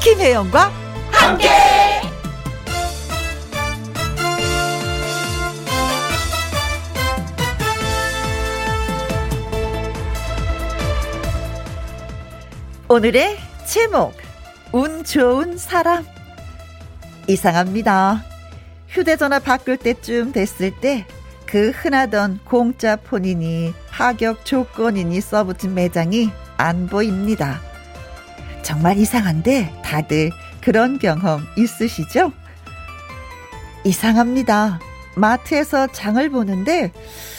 김혜영과 함께. 오늘의 제목 운 좋은 사람 이상합니다. 휴대전화 바꿀 때쯤 됐을 때 그 흔하던 공짜 폰이니 파격 조건이니 써붙은 매장이 안 보입니다. 정말 이상한데 다들 그런 경험 있으시죠? 이상합니다. 마트에서 장을 보는데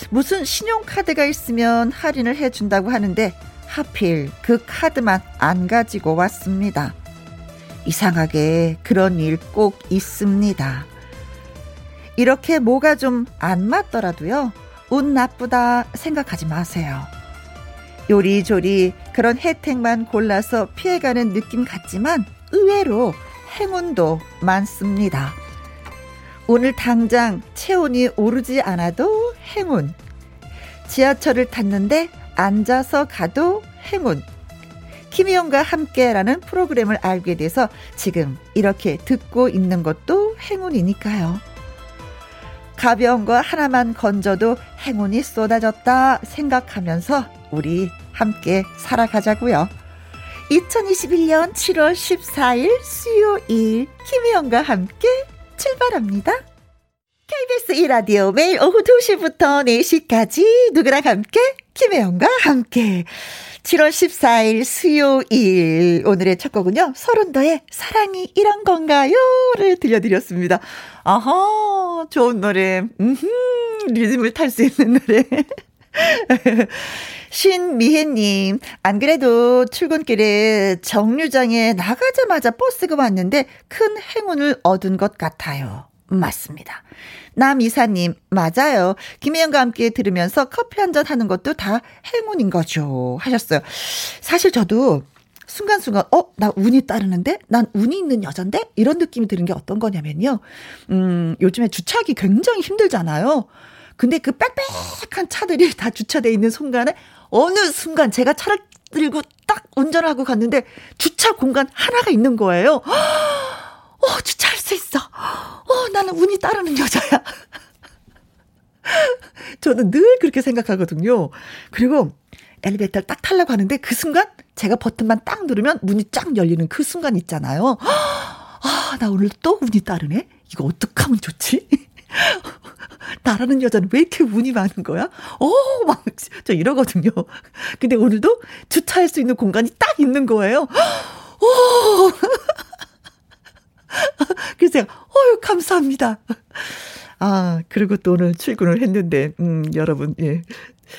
무슨 신용카드가 있으면 할인을 해준다고 하는데 하필 그 카드만 안 가지고 왔습니다. 이상하게 그런 일 꼭 있습니다. 이렇게 뭐가 좀 안 맞더라도요. 운 나쁘다 생각하지 마세요. 요리조리 그런 혜택만 골라서 피해가는 느낌 같지만 의외로 행운도 많습니다. 오늘 당장 체온이 오르지 않아도 행운. 지하철을 탔는데 앉아서 가도 행운. 김희영과 함께라는 프로그램을 알게 돼서 지금 이렇게 듣고 있는 것도 행운이니까요. 가벼운 거 하나만 건져도 행운이 쏟아졌다 생각하면서 우리 함께 살아가자고요. 2021년 7월 14일 수요일 김희영과 함께 출발합니다. KBS 1라디오 매일 오후 2시부터 4시까지 누구랑 함께 김혜영과 함께 7월 14일 수요일 오늘의 첫 곡은요. 서른도의 사랑이 이런 건가요를 들려드렸습니다. 아하 좋은 노래 음흠, 리듬을 탈 수 있는 노래 신미혜님, 안 그래도 출근길에 정류장에 나가자마자 버스가 왔는데 큰 행운을 얻은 것 같아요. 맞습니다. 남이사님, 맞아요. 김혜영과 함께 들으면서 커피 한 잔 하는 것도 다 행운인 거죠. 하셨어요. 사실 저도 순간순간, 어, 나 운이 따르는데? 난 운이 있는 여잔데? 이런 느낌이 드는 게 어떤 거냐면요. 음, 요즘에 주차하기 굉장히 힘들잖아요. 근데 그 빽빽한 차들이 다 주차돼 있는 순간에 어느 순간 제가 차를 들고 딱 운전을 하고 갔는데 주차 공간 하나가 있는 거예요. 어, 주차할 수 있어. 어, 나는 운이 따르는 여자야. 저는 늘 그렇게 생각하거든요. 그리고 엘리베이터를 딱 타려고 하는데 그 순간 제가 버튼만 딱 누르면 문이 쫙 열리는 그 순간 있잖아요. 아, 나 오늘 또 운이 따르네? 이거 어떡하면 좋지? 나라는 여자는 왜 이렇게 운이 많은 거야? 어, 막, 저 이러거든요. 근데 오늘도 주차할 수 있는 공간이 딱 있는 거예요. 어, 오! 그래서 제가, 어유 감사합니다. 아, 그리고 또 오늘 출근을 했는데, 음, 여러분, 예.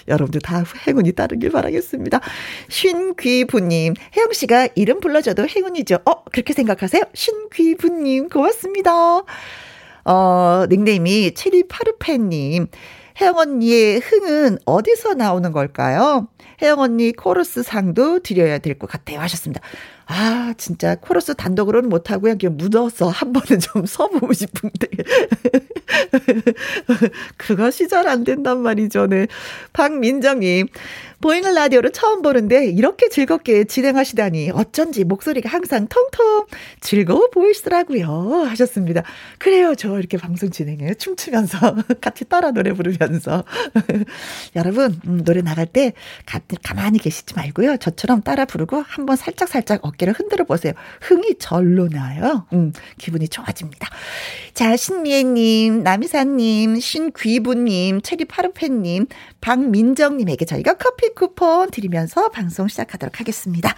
여러분들 다 행운이 따르길 바라겠습니다. 신귀부님, 혜영씨가 이름 불러줘도 행운이죠. 어, 그렇게 생각하세요? 신귀부님, 고맙습니다. 어, 닉네임이 체리파르페님. 혜영 언니의 흥은 어디서 나오는 걸까요? 혜영 언니 코러스 상도 드려야 될 것 같아요. 하셨습니다. 아, 진짜 코러스 단독으로는 못하고요. 그냥 묻어서 한 번은 좀 서보고 싶은데. 그거 시절 안 된단 말이죠. 네. 박민정님, 보이는 라디오를 처음 보는데 이렇게 즐겁게 진행하시다니 어쩐지 목소리가 항상 통통 즐거워 보이시더라고요. 하셨습니다. 그래요. 저 이렇게 방송 진행해요. 춤추면서 같이 따라 노래 부르면서. 여러분, 음, 노래 나갈 때 가, 가만히 계시지 말고요. 저처럼 따라 부르고 한번 살짝살짝 어깨를 흔들어 보세요. 흥이 절로 나요. 음, 기분이 좋아집니다. 자, 신미애님, 남이사님, 신귀부님, 체리파르페님, 박민정님에게 저희가 커피 쿠폰 드리면서 방송 시작하도록 하겠습니다.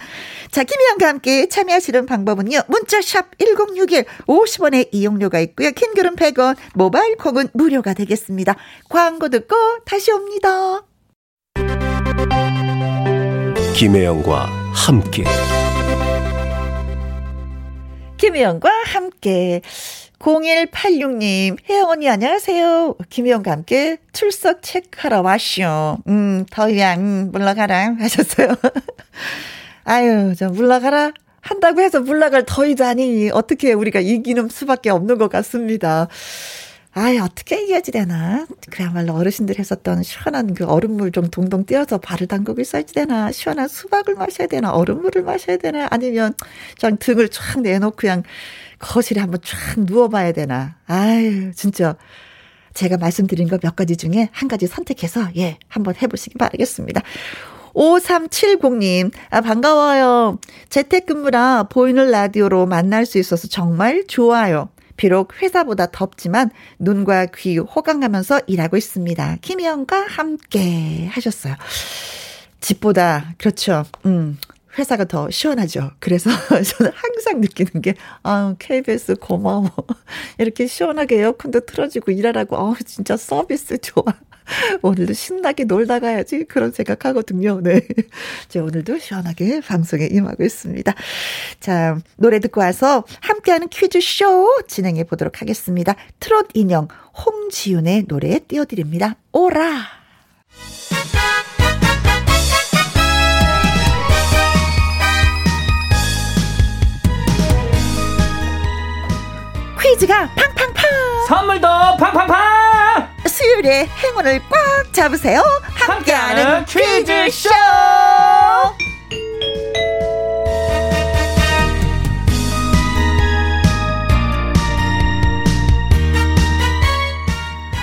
자, 김희영과 함께 참여하시는 방법은요. 문자샵 1061, 50원의 이용료가 있고요. 킹글은 100원, 모바일 콩은 무료가 되겠습니다. 광고 듣고 다시 옵니다. 김혜영과 함께 김혜영과 함께 0186님, 혜영 언니 안녕하세요. 김혜영과 함께 출석 체크하러 왔쇼. 음, 더위야, 음, 물러가라. 하셨어요. 아유, 저 물러가라. 한다고 해서 물러갈 더위도 아니, 어떻게 우리가 이기는 수밖에 없는 것 같습니다. 아유, 어떻게 이겨야지 되나. 그야말로 어르신들 했었던 시원한 그 얼음물 좀 동동 띄어서 발을 담그고 있어야지 되나. 시원한 수박을 마셔야 되나. 얼음물을 마셔야 되나. 아니면 그냥 등을 쫙 내놓고 그냥 거실에 한번 쫙 누워봐야 되나. 아유, 진짜. 제가 말씀드린 거 몇 가지 중에 한 가지 선택해서, 예, 한번 해보시기 바라겠습니다. 5370님, 아, 반가워요. 재택근무라 보이는 라디오로 만날 수 있어서 정말 좋아요. 비록 회사보다 덥지만 눈과 귀 호강하면서 일하고 있습니다. 김희영과 함께 하셨어요. 집보다, 그렇죠. 음. 회사가 더 시원하죠. 그래서 저는 항상 느끼는 게, 아 KBS 고마워. 이렇게 시원하게 에어컨도 틀어주고 일하라고, 아 진짜 서비스 좋아. 오늘도 신나게 놀다 가야지 그런 생각하거든요. 네. 제 오늘도 시원하게 방송에 임하고 있습니다. 자, 노래 듣고 와서 함께하는 퀴즈쇼 진행해 보도록 하겠습니다. 트롯 인형 홍지윤의 노래 띄워드립니다. 오라! 퀴즈가 팡팡팡! 선물도 팡팡팡! 수요일에 행운을 꽉 잡으세요. 함께하는 함께하는 퀴즈쇼. 퀴즈쇼!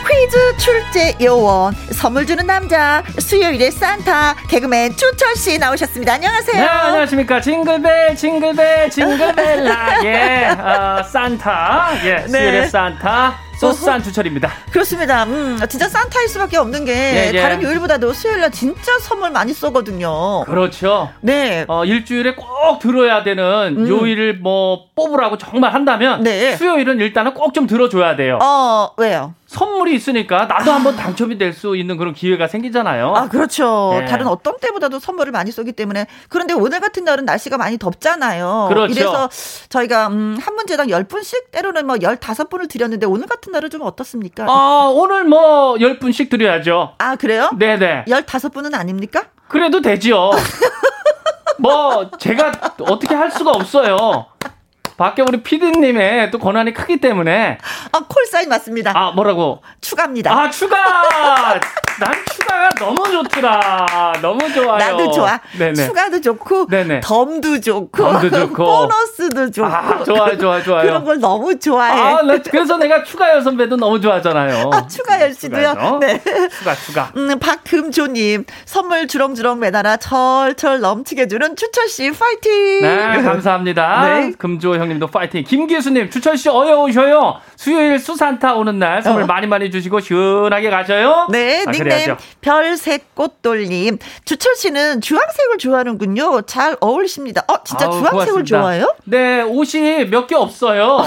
퀴즈 출제 요원 선물 주는 남자 수요일에 산타 개그맨 주철 씨 나오셨습니다. 안녕하세요. 네, 안녕하십니까. 징글벨, 징글벨, 징글벨라. 예, 어, 산타. 예, 수요일의 산타. 소산 주철입니다. 그렇습니다. 음, 진짜 산타일 수밖에 없는 게 예, 예. 다른 요일보다도 수요일 날 진짜 선물 많이 쏘거든요. 그렇죠. 네. 어, 일주일에 꼭 들어야 되는 요일을 뭐 뽑으라고 정말 한다면 네. 수요일은 일단은 꼭 좀 들어줘야 돼요. 어, 왜요? 선물이 있으니까 나도 한번 당첨이 될 수 있는 그런 기회가 생기잖아요. 아, 그렇죠. 어? 예. 다른 어떤 때보다도 선물을 많이 쏘기 때문에. 그런데 오늘 같은 날은 날씨가 많이 덥잖아요. 그렇죠. 이래서 저희가, 음, 한 문제당 10분씩, 때로는 뭐 15분을 드렸는데 오늘 같은 날은 좀 어떻습니까? 아, 오늘 뭐 10분씩 드려야죠. 아, 어? 그래요? 네네. 15분은 아닙니까? 그래도 되지요. 뭐 제가 어떻게 할 수가 없어요. 밖에 우리 피디님의 또 권한이 크기 때문에 아, 콜사인 맞습니다. 아 뭐라고 추가입니다. 아 추가 난 추가가 너무 좋더라 너무 좋아요 나도 좋아. 네네 추가도 좋고, 네네. 덤도 좋고, 덤도 좋고. 보너스도 좋고. 아 좋아요 좋아요 그런 좋아요 걸 너무 좋아해. 아 나- 그래서 내가 추가열 선배도 너무 좋아하잖아요 아, 추가열 씨도요? 추가죠? 네. 추가 추가 음, 박금조님 선물 주렁주렁 매달아 철철 넘치게 주는 추철 씨 파이팅. 네, 감사합니다. 네. 금조 형님도 파이팅. 김기수님, 주철 씨 어여 오셔요. 수요일 수산타 오는 날 선물 어. 많이 많이 주시고 시원하게 가셔요. 네, 아, 닉네임 그래야죠. 별색 꽃돌님. 주철 씨는 주황색을 좋아하는군요. 잘 어울리십니다. 어, 진짜 아우, 주황색을 고맙습니다. 좋아해요? 네, 옷이 몇 개 없어요.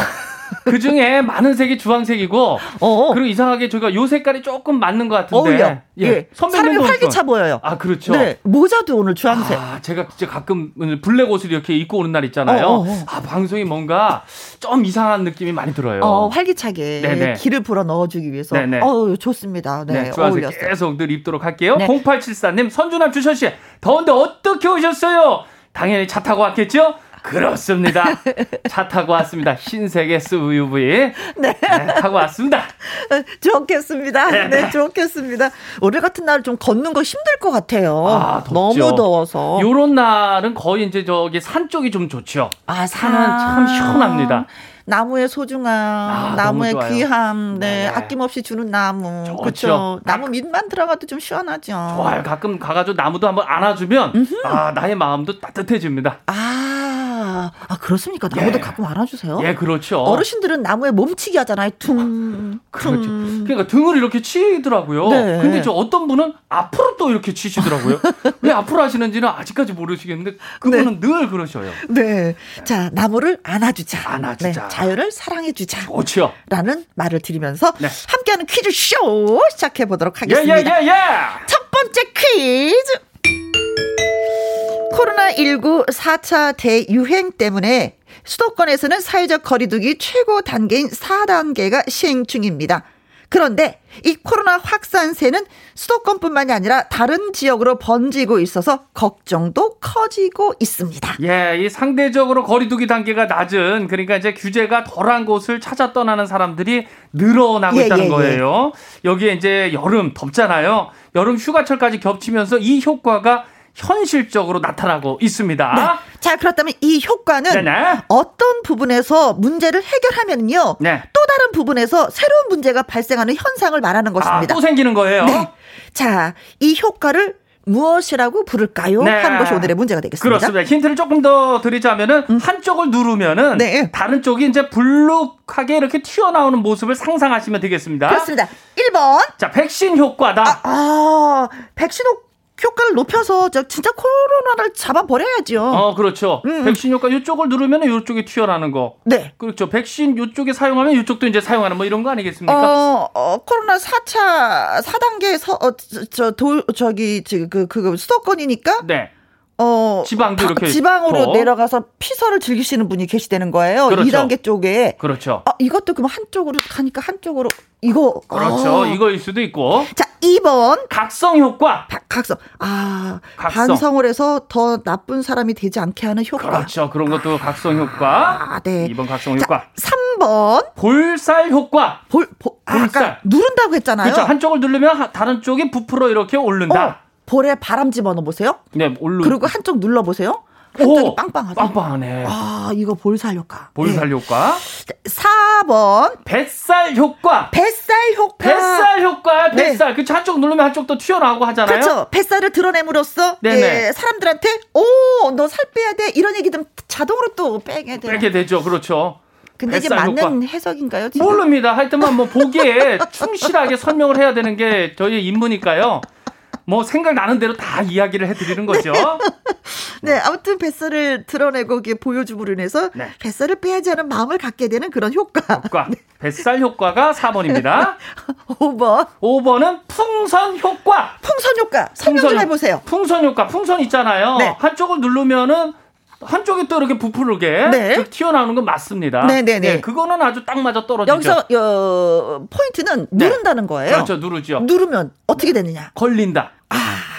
그 중에 많은 색이 주황색이고, 어. 그리고 이상하게 저희가 요 색깔이 조금 맞는 것 같은데. 어울려. 예. 사람이 선배님도 활기차 그렇죠. 보여요. 아, 그렇죠. 네, 모자도 오늘 주황색. 아, 제가 진짜 가끔 오늘 블랙 옷을 이렇게 입고 오는 날 있잖아요. 어, 어, 어. 아, 방송이 뭔가 좀 이상한 느낌이 많이 들어요. 어, 활기차게 네네. 기를 불어 넣어주기 위해서. 네네. 어, 좋습니다. 네, 네, 주황색 어울렸어요. 계속 늘 입도록 할게요. 네. 0874님, 선주남 주철씨, 더운데 어떻게 오셨어요? 당연히 차 타고 왔겠죠? 그렇습니다. 차 타고 왔습니다. 흰색 SUV. 네. 타고 왔습니다. 좋겠습니다. 네, 좋겠습니다. 오늘 같은 날 좀 걷는 거 힘들 것 같아요. 아, 덥죠. 어, 너무 더워서. 요런 날은 거의 이제 저기 산 쪽이 좀 좋죠. 아, 산은 참 시원합니다. 나무의 소중함, 아, 나무의 너무 좋아요. 귀함, 네, 네네. 아낌없이 주는 나무. 좋죠. 그렇죠. 나무 밑만 들어가도 좀 시원하죠. 와, 가끔 가가지고 나무도 한번 안아주면, 아, 나의 마음도 따뜻해집니다. 아, 아, 그렇습니까? 나무도 예. 가끔 알아주세요. 예, 그렇죠. 어? 어르신들은 나무에 몸치기 하잖아요. 퉁. 그렇죠. 퉁. 그러니까 등을 이렇게 치더라고요. 음. 네. 근데 저 어떤 분은 앞으로 또 이렇게 치시더라고요. 왜 앞으로 하시는지는 아직까지 모르시겠는데 그분은 늘 그러셔요. 네. 자, 나무를 안아주자. 안아주자. 네, 자연을 사랑해주자. 좋죠. 라는 말을 드리면서 네. 함께하는 퀴즈쇼 시작해 보도록 하겠습니다. 예예예예. 첫 번째 퀴즈. 코로나19 4차 대유행 때문에 수도권에서는 사회적 거리두기 최고 단계인 4단계가 시행 중입니다. 그런데 이 코로나 확산세는 수도권뿐만이 아니라 다른 지역으로 번지고 있어서 걱정도 커지고 있습니다. 예, 이 상대적으로 거리두기 단계가 낮은 그러니까 이제 규제가 덜한 곳을 찾아 떠나는 사람들이 늘어나고 예, 있다는 예, 예. 거예요. 여기에 이제 여름 덥잖아요. 여름 휴가철까지 겹치면서 이 효과가 현실적으로 나타나고 있습니다. 네. 자, 그렇다면 이 효과는 아? 네네. 어떤 부분에서 문제를 해결하면요. 네. 또 다른 부분에서 새로운 문제가 발생하는 현상을 말하는 아, 것입니다. 또 생기는 거예요. 네. 자, 이 효과를 무엇이라고 부를까요? 네. 하는 것이 오늘의 문제가 되겠습니다. 음. 그렇습니다. 힌트를 조금 더 드리자면은 한쪽을 누르면은 네. 다른 쪽이 이제 불룩하게 이렇게 튀어나오는 모습을 상상하시면 되겠습니다. 그렇습니다. 1번. 자, 백신 효과다. 아, 백신 효- 효과를 높여서 저 진짜 코로나를 잡아버려야죠. 어, 그렇죠. 음, 음. 백신 효과 이쪽을 누르면 이쪽이 튀어나오는 거. 네. 그렇죠. 백신 이쪽에 사용하면 이쪽도 이제 사용하는 뭐 이런 거 아니겠습니까? 어, 어, 코로나 4차, 4단계 서, 어, 저, 저, 도, 저기, 저, 그, 그, 수도권이니까, 네. 어, 지방도 이렇게 지방으로 더. 내려가서 피서를 즐기시는 분이 계시다는 거예요. 그렇죠. 2단계 쪽에. 그렇죠. 아, 이것도 그럼 한쪽으로 가니까 한쪽으로, 이거. 그렇죠. 아. 이거일 수도 있고. 자, 2번. 각성 효과. 바- 각성. 아, 각성. 반성을 해서 더 나쁜 사람이 되지 않게 하는 효과. 그렇죠. 그런 것도 각성 효과. 아, 네. 이번 각성 자, 효과. 3번. 볼살 효과. 볼, 볼, 아, 볼살. 까 누른다고 했잖아요. 그렇죠. 한쪽을 누르면 하- 다른 쪽이 부풀어 이렇게 어, 오른다. 볼에 바람 집어넣어 보세요. 네, 오른. 그리고 한쪽 눌러 보세요. 한쪽이 오, 빵빵하죠. 빵빵하네. 아, 이거 볼살 효과. 볼살 효과. 네. 4번. 뱃살 효과. 뱃살 효과. 뱃살 효과야, 네. 뱃살. 그렇죠. 한쪽 누르면 한쪽 또 튀어나오고 하잖아요. 그렇죠. 뱃살을 드러냄으로써 네네. 예, 사람들한테 오 너 살 빼야 돼 이런 얘기 좀 자동으로 또 빼게 돼요. 빼게 되죠. 그렇죠. 네. 근데 이게 뱃살 효과. 맞는 해석인가요? 지금? 모릅니다. 하여튼만 뭐 보기에 충실하게 설명을 해야 되는 게 저희의 임무니까요. 뭐 생각나는 대로 다 이야기를 해드리는 거죠. 네, 아무튼 뱃살을 드러내고 이게 보여줌으로 인해서 네. 뱃살을 빼야지 하는 마음을 갖게 되는 그런 효과. 효과. 뱃살 효과가 4번입니다. 5번 5번은 풍선 효과. 뭐. 풍선 효과 설명 좀 풍선- 해보세요. 풍선 효과. 풍선 있잖아요. 네. 한쪽을 누르면은 한쪽이 또 이렇게 부풀게 네. 쭉 튀어나오는 건 맞습니다. 네, 네, 네. 예, 그거는 아주 딱 맞아 떨어지죠. 여기서 어, 포인트는 네. 누른다는 거예요. 그렇죠. 누르죠. 누르면 어떻게 되느냐? 걸린다. 아,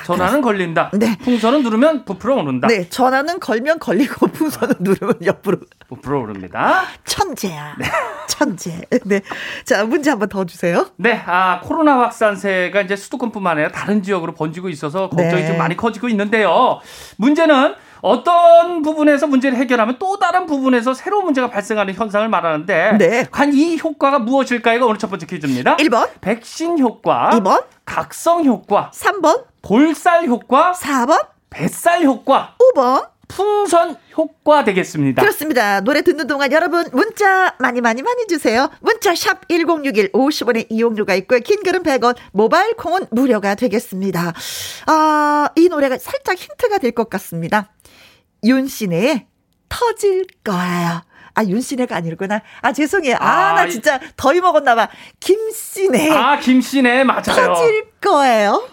전화는 걸린다. 네. 풍선은 누르면 부풀어 오른다. 네, 전화는 걸면 걸리고 풍선은 누르면 옆으로 부풀어 오릅니다. 천재야. 천재. 네, 자 문제 한번 더 주세요. 네, 아 코로나 확산세가 이제 수도권뿐만 아니라 다른 지역으로 번지고 있어서 걱정이 네. 좀 많이 커지고 있는데요. 문제는 어떤 부분에서 문제를 해결하면 또 다른 부분에서 새로운 문제가 발생하는 현상을 말하는데 네. 관 이 효과가 무엇일까요?가 오늘 첫 번째 퀴즈입니다. 1번, 백신 효과, 2번, 각성 효과, 3번, 볼살 효과, 4번, 뱃살 효과, 5번. 풍선 효과 되겠습니다. 그렇습니다. 노래 듣는 동안 여러분 문자 많이 많이 많이 주세요. 문자 샵 1061, 50원의 이용료가 있고요. 긴 글은 100원, 모바일 콩은 무료가 되겠습니다. 아, 이 노래가 살짝 힌트가 될 것 같습니다. 윤씨네 터질 거예요. 아, 윤씨네가 아니구나. 아, 죄송해요. 아, 아, 나 이- 진짜 더위 먹었나 봐. 김씨네. 아 김씨네 맞아요. 터질 거예요.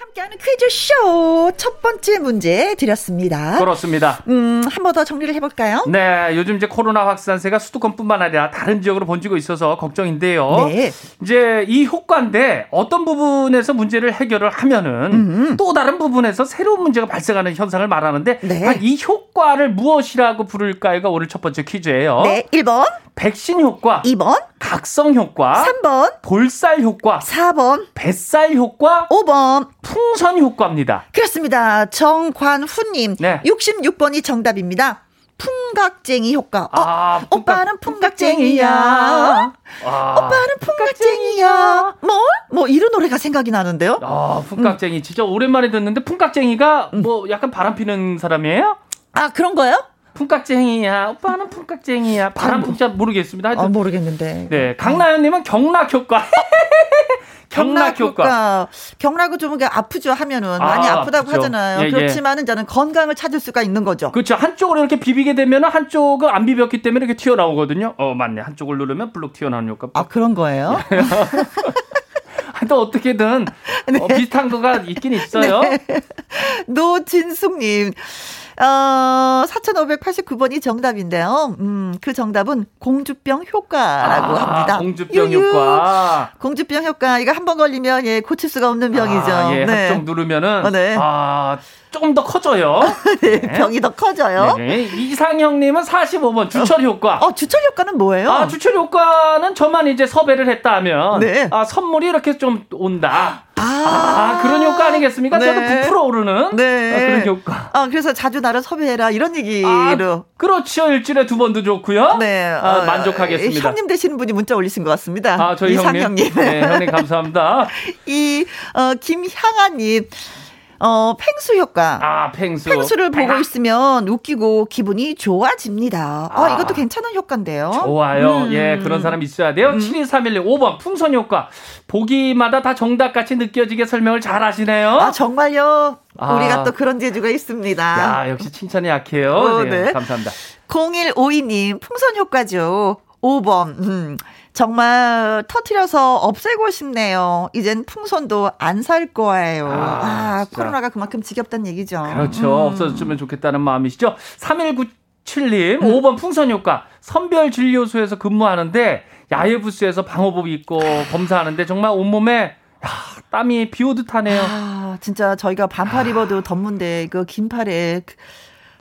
함께하는 퀴즈쇼 첫 번째 문제 드렸습니다. 그렇습니다. 음, 한 번 더 정리를 해볼까요? 네, 요즘 이제 코로나 확산세가 수도권뿐만 아니라 다른 지역으로 번지고 있어서 걱정인데요. 네. 이제 이 효과인데 어떤 부분에서 문제를 해결을 하면은 또 다른 부분에서 새로운 문제가 발생하는 현상을 말하는데 음. 네. 과연 이 효과를 무엇이라고 부를까요가 오늘 첫 번째 퀴즈예요. 네, 1번, 백신 효과, 2번, 각성 아? 효과, 3번, 볼살 효과, 4번, 뱃살 효과, 5번. 풍선 효과입니다. 그렇습니다. 정관훈님. 네. 66번이 정답입니다. 풍각쟁이 효과. 어, 아, 풍각- 오빠는 풍각쟁이야. 아, 오빠는 풍각쟁이야. 뭘? 뭐 이런 노래가 생각이 나는데요. 아, 풍깍쟁이 진짜 오랜만에 듣는데 풍깍쟁이가 음. 뭐 약간 바람 피는 사람이에요? 아, 그런 거예요? 풍깍쟁이야. 오빠는 풍깍쟁이야. 바람 진짜 모르겠습니다. 아, 하여튼 모르겠는데. 네, 강나연님은 경락 효과. 경락 효과. 경락은 좀 이게 아프죠 하면은 많이 아, 아프다고 아프죠. 하잖아요. 예, 예. 그렇지만은 저는 건강을 찾을 수가 있는 거죠. 그렇죠. 한쪽으로 이렇게 비비게 되면 한쪽을 안 비볐기 때문에 이렇게 튀어나오거든요. 어, 맞네. 한쪽을 누르면 블록 튀어나오는 효과. 아, 그런 거예요? 하여튼 어떻게든 네. 어, 비슷한 거가 있긴 있어요. 노진숙님. 어, 4,589번이 정답인데요. 음, 그 정답은 공주병 효과라고 아, 합니다. 공주병 유유. 효과. 공주병 효과. 이거 한 번 걸리면 예, 고칠 수가 없는 병이죠. 아, 예, 합정 누르면은 어, 네. 아, 조금 더 커져요. 네, 병이 더 커져요. 네. 이상형님은 45번 주철 효과. 어, 주철 효과는 뭐예요? 아, 주철 효과는 저만 이제 섭외를 했다 하면 네. 아, 선물이 이렇게 좀 온다. 아, 아, 그런 효과 아니겠습니까? 네. 저도 부풀어 오르는 네. 아, 그런 효과. 아, 그래서 자주 나를 섭외해라. 이런 아, 얘기로. 그렇죠. 일주일에 두 번도 좋고요. 네. 아, 어, 만족하겠습니다. 형님 되시는 분이 문자 올리신 것 같습니다. 아, 저희 이상형님. 형님. 네, 형님 감사합니다. 이, 어, 김향아님. 어, 펭수 효과. 아, 펭수. 펭수를 보고 있으면 웃기고 기분이 좋아집니다. 아, 아. 이것도 괜찮은 효과인데요. 좋아요. 음. 예, 그런 사람 있어야 돼요. 72311 5번 풍선 효과. 보기마다 다 정답같이 느껴지게 설명을 잘 하시네요. 아, 정말요. 아. 우리가 또 그런 재주가 있습니다. 야, 역시 칭찬이 약해요. 어, 네, 네. 감사합니다. 0152님, 풍선 효과죠. 5번, 음, 정말 터트려서 없애고 싶네요. 이젠 풍선도 안 살 거예요. 아, 아, 진짜. 코로나가 그만큼 지겹단 얘기죠. 그렇죠. 음. 없어졌으면 좋겠다는 마음이시죠. 음. 3197님, 5번 풍선 효과. 선별 진료소에서 근무하는데 야외 부스에서 방호복 입고 검사하는데 정말 온몸에 야, 땀이 비오듯 하네요. 아, 진짜 저희가 반팔 아. 입어도 덥는데 그 긴팔에 그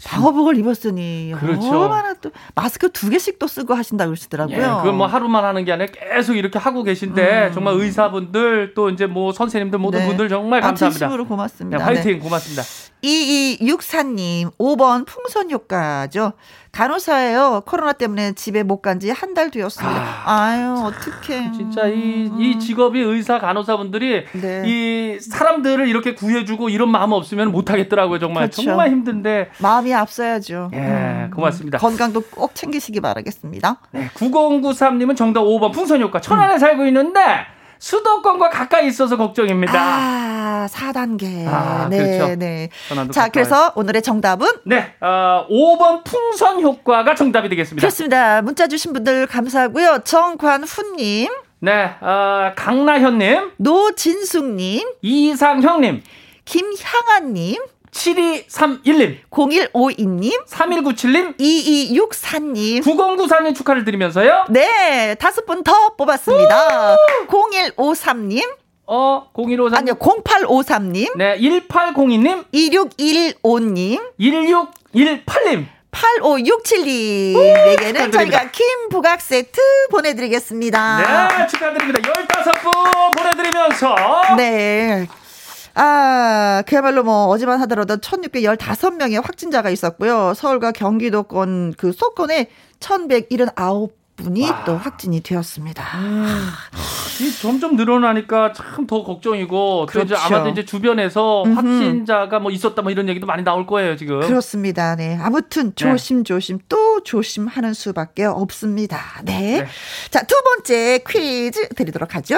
방호복을 입었으니 그렇죠. 얼마나 또 마스크 두 개씩 또 쓰고 하신다고 예, 아, 그러시더라고요. 음. 그건 뭐 하루만 하는 게 아니라 계속 이렇게 하고 계신데 정말 의사분들 또 이제 뭐 선생님들 모든 네. 분들 정말 아, 감사합니다. 진심으로 네, 고맙습니다. 화이팅 고맙습니다. 2264님, 5번 풍선 효과죠. 간호사예요. 코로나 때문에 집에 못 간 지 한 달 되었습니다. 아, 유 어떡해. 음. 진짜 이, 이 직업이 의사 간호사분들이 네. 이 사람들을 이렇게 구해주고 이런 마음 없으면 못하겠더라고요 정말 그렇죠. 정말 힘든데 마음이 앞서야죠. 예 음. 고맙습니다. 건강도 꼭 챙기시기 바라겠습니다. 네, 9093님은 정답 5번 풍선 효과 천안에 살고 있는데 수도권과 가까이 있어서 걱정입니다. 아, 4단계. 아, 네, 그렇죠. 네. 전화도 자, 가까워요. 그래서 오늘의 정답은 네, 어, 5번 풍선 효과가 정답이 되겠습니다. 그렇습니다. 문자 주신 분들 감사하고요. 정관훈님, 네, 어, 강나현님, 노진숙님, 이상형님, 김향아님, 7231님, 0152님, 3197님, 2264님. 9094님 축하를 드리면서요. 네, 다섯 분 더 뽑았습니다. 0153님, 어, 0153. 아니요, 0853님, 네, 1802님, 2615님, 1618님. 85672에게는 축하드립니다. 저희가 김부각 세트 보내드리겠습니다. 네, 축하드립니다. 15분 보내드리면서. 아. 네. 아, 그야말로 뭐 어제만 하더라도 1615명의 확진자가 있었고요. 서울과 경기도권 그 수도권에 1179분이 와. 또 확진이 되었습니다. 이 점점 늘어나니까 참 더 걱정이고 또 이제 그렇죠. 아마도 이제 주변에서 확진자가 뭐 있었다 뭐 이런 얘기도 많이 나올 거예요 지금. 그렇습니다. 네. 아무튼 조심조심 또 조심하는 수밖에 없습니다. 네. 네. 자, 두 번째 퀴즈 드리도록 하죠.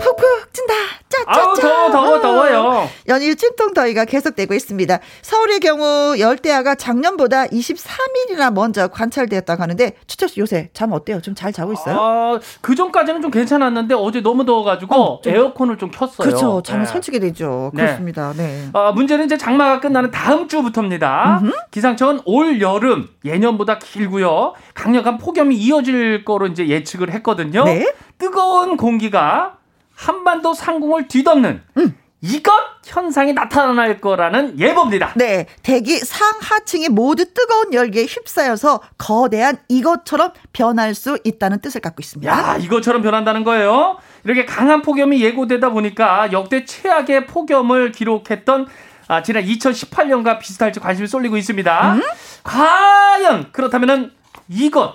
푹푹 찐다. 짜짜짜. 아우 더워 더워 음. 더워요. 연일 찜통 더위가 계속되고 있습니다. 서울의 경우 열대야가 작년보다 23일이나 먼저 관찰되었다고 하는데 추철 씨 요새 잠 어때요? 좀 잘 자고 있어요? 아, 그 전까지는 좀 괜찮았는데 어제 너무 더워가지고 에어컨을 좀 켰어요. 그렇죠. 잠을 네. 설치게 되죠. 네. 그렇습니다. 네. 어, 문제는 이제 장마가 끝나는 다음 주부터입니다. 기상청은 올 여름 예년보다 길고요. 강력한 폭염이 이어질 거로 이제 예측을 했거든요. 네. 뜨거운 공기가 한반도 상공을 뒤덮는 이것 현상이 나타날 거라는 예보입니다. 네, 대기 상하층이 모두 뜨거운 열기에 휩싸여서 거대한 이것처럼 변할 수 있다는 뜻을 갖고 있습니다. 야, 이것처럼 변한다는 거예요. 이렇게 강한 폭염이 예고되다 보니까 역대 최악의 폭염을 기록했던 아, 지난 2018년과 비슷할지 관심이 쏠리고 있습니다. 음? 과연 그렇다면은 이것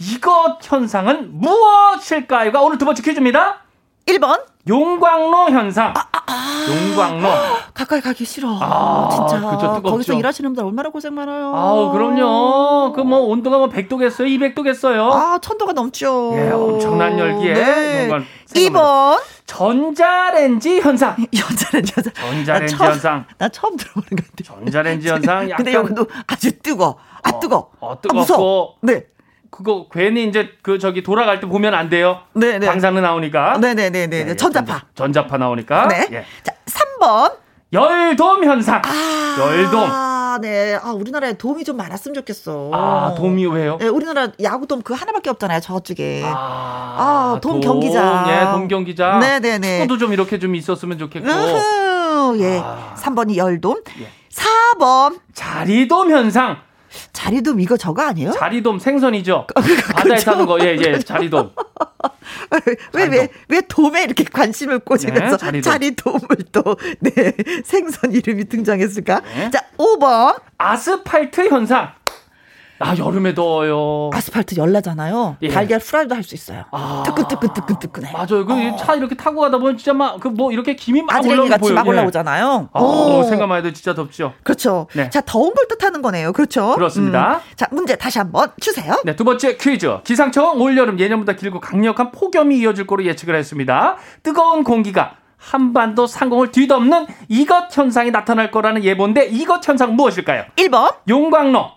이것 현상은 무엇일까요?가 오늘 두 번째 퀴즈입니다. 1번 용광로 현상. 아, 용광로. 가까이 가기 싫어. 아, 진짜 그쵸, 뜨겁죠. 거기서 일하시는 분들 얼마나 고생 많아요. 아우 그럼요. 그 뭐 온도가 뭐 100도겠어요, 200도겠어요. 아, 천도가 넘죠. 예, 엄청난 열기에 네. 용광- 2번 전자레인지 현상. 여자는 여자. 전자레인지 나 처음- 현상. 나 처음 들어보는 건데. 전자레인지 현상. 약간 근데 여기도 아주 뜨거. 아 어, 뜨거. 어, 아, 무서워. 뜨겁고. 네. 그거 괜히 이제 그 저기 돌아갈 때 보면 안 돼요. 네, 네. 방사능 나오니까. 네, 네, 네, 네. 예, 전자파. 전자파 나오니까. 네. 예. 자, 3번 열돔 현상. 아, 열돔. 아, 네. 아, 우리나라에 돔이 좀 많았으면 좋겠어. 아, 돔이 왜요? 네, 우리나라 야구돔 그 하나밖에 없잖아요. 저쪽에. 아, 아, 돔 경기장. 예, 돔 경기장. 네네네. 축구도 좀 이렇게 좀 있었으면 좋겠고. 으흐, 예. 아. 3번이 열돔. 예. 4번. 자리돔 현상. 자리돔 이거 저거 아니에요? 자리돔 생선이죠. 그, 바다에 사는 거. 예, 예. 자리돔. 왜, 왜, 왜 돔에 이렇게 관심을 네, 꽂으면서 자리돔. 자리돔을 또, 네, 생선 이름이 등장했을까? 네. 자, 5번. 아스팔트 현상. 아, 여름에 더워요. 아스팔트 열나잖아요. 예. 달걀 프라이도 할 수 있어요. 아. 뜨끈뜨끈뜨끈뜨끈해. 맞아요. 그 차 이렇게 타고 가다 보면 진짜 막 그 뭐 이렇게 김이 막 아지랭이 올라오고 같이 보여요. 막 예. 올라오잖아요. 아, 오. 생각만 해도 진짜 덥죠. 그렇죠. 네. 자, 더운 걸 뜻하는 거네요. 그렇죠. 그렇습니다. 자, 문제 다시 한번 주세요. 네, 두 번째 퀴즈. 기상청 올여름 예년보다 길고 강력한 폭염이 이어질 거로 예측을 했습니다. 뜨거운 공기가 한반도 상공을 뒤덮는 이것 현상이 나타날 거라는 예보인데 이것 현상 무엇일까요? 1번, 용광로,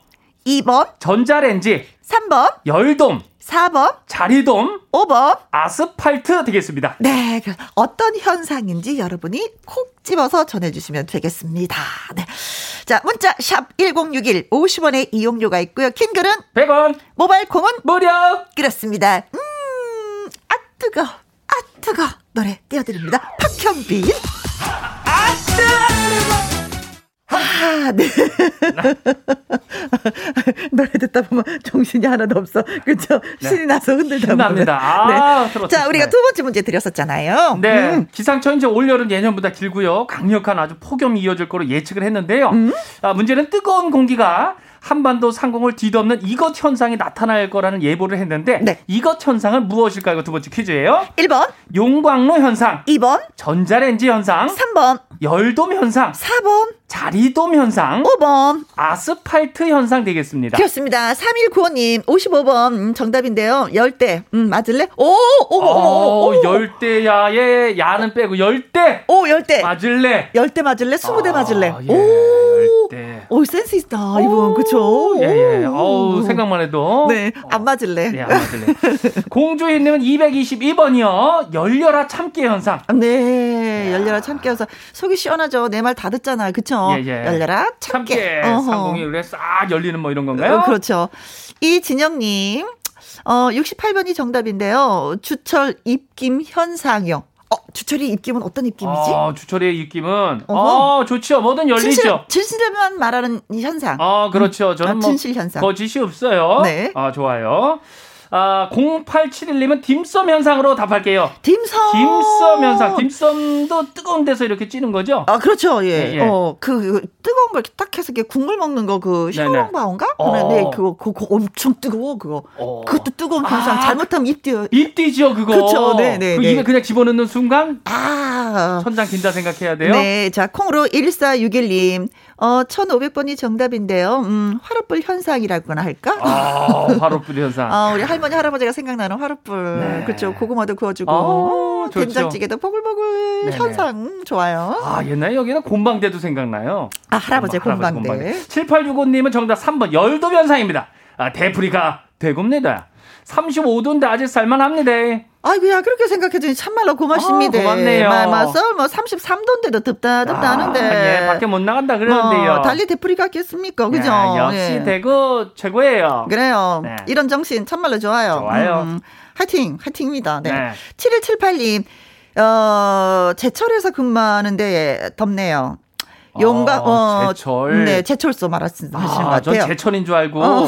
2번, 전자레인지, 3번, 열돔, 4번, 자리돔, 5번. 아스팔트 되겠습니다. 네, 그 어떤 현상인지 여러분이 콕 집어서 전해주시면 되겠습니다. 네. 자, 문자 샵 1061, 50원의 이용료가 있고요. 킹글은 100원 모바일 콩은 무료. 그렇습니다. 음, 아 뜨거, 아 뜨거 노래 띄워드립니다. 박현빈. 아, 네. 노래 듣다 보면 정신이 하나도 없어. 그쵸? 신이 나서 흔들다 보면. 네. 신납니다. 아, 네. 들었어요. 자, 우리가 두 번째 문제 드렸었잖아요. 네, 음, 기상청 이제 올여름 예년보다 길고요. 강력한 아주 폭염이 이어질 거로 예측을 했는데요. 음. 아, 문제는 뜨거운 공기가 한반도 상공을 뒤덮는 이것 현상이 나타날 거라는 예보를 했는데 네. 이것 현상은 무엇일까요? 이거 두 번째 퀴즈예요. 1번, 용광로 현상, 2번, 전자레인지 현상, 3번, 열돔 현상, 4번, 자리돔 어? 현상, 5번. 아스팔트 현상 되겠습니다. 그렇습니다. 3195님, 55번 음, 정답인데요. 열대. 음, 맞을래? 오, 오, 오, 오, 오, 어, 오. 열대야의 야는 빼고 열대 오, 열대. 맞을래? 열 대 맞을래? 네. 스무 대 아, 맞을래? 예, 오, 열대. 오 센스 있다 이분 그쵸? 예예. 오. 어우 생각만 해도 네안 맞을래? 네, 안 맞을래. 공주희님은 222번이요. 열려라 참깨 현상. 네, 열려라 참깨여서 속이 시원하죠. 내 말 다 듣잖아, 그쵸? 예, 예. 열려라 참깨. 참깨. 어허. 상공이 그래 싹 열리는 뭐 이런 건가요? 어, 그렇죠. 이진영님, 어 68번이 정답인데요. 주철 입김 현상이요. 어 주철이 입김은 어떤 입김이지? 아, 주철이의 입김은 어허. 어, 좋죠. 뭐든 열리죠. 진실, 진실만 말하는 이 현상. 아, 그렇죠. 저는 아, 뭐 진실 현상. 거짓이 없어요. 네. 아, 좋아요. 아, 0871님은 딤섬 현상으로 답할게요. 딤섬. 딤섬 현상. 딤섬도 뜨거운 데서 이렇게 찌는 거죠? 아, 그렇죠. 예. 예, 예. 어, 그, 뜨거운 걸 이렇게 딱 해서 이렇게 국물 먹는 거, 그, 네네. 샤롱바온가? 어. 네, 네, 그거, 그거, 그거 엄청 뜨거워, 그거. 어. 그것도 뜨거운 현상. 아. 잘못하면 입 뛰어. 입 뛰죠, 그거. 그쵸. 네, 네, 그 네. 입에 그냥 집어넣는 순간 아. 천장 긴다 생각해야 돼요. 네, 자, 콩으로 1461님. 어, 1500번이 정답인데요. 음, 화롯불 현상이라고나 할까? 아, 바로 뿌리 현상. 아, 우리 할머니, 할아버지가 생각나는 화롯불. 네. 그렇죠. 고구마도 구워주고. 어, 좋죠. 된장찌개도 보글보글 네네. 현상. 음, 좋아요. 아, 옛날에 여기는 곰방대도 생각나요. 아, 할아버지 할아버지 공방대. 7865님은 정답 3번, 열도 변상입니다. 아, 대풀이가 되겁니다. 35도인데 아직 살만합니다. 아이고, 야, 그렇게 생각해주니 참말로 고맙습니다. 아, 고맙네요. 마, 마서 뭐 33도인데도 덥다, 덥다 하는데. 아, 예, 밖에 못 나간다 그러는데요. 뭐, 달리 대풀이 같겠습니까? 그죠? 야, 역시 예. 대구 최고예요. 그래요. 네. 이런 정신 참말로 좋아요. 음, 좋아요. 화이팅, 화이팅입니다. 네. 네. 7178님, 어, 제철에서 근무하는데 덥네요. 용감, 어, 어, 제철. 네, 제철소 말하시는 것 아, 전 같아요. 제철인 줄 알고 어.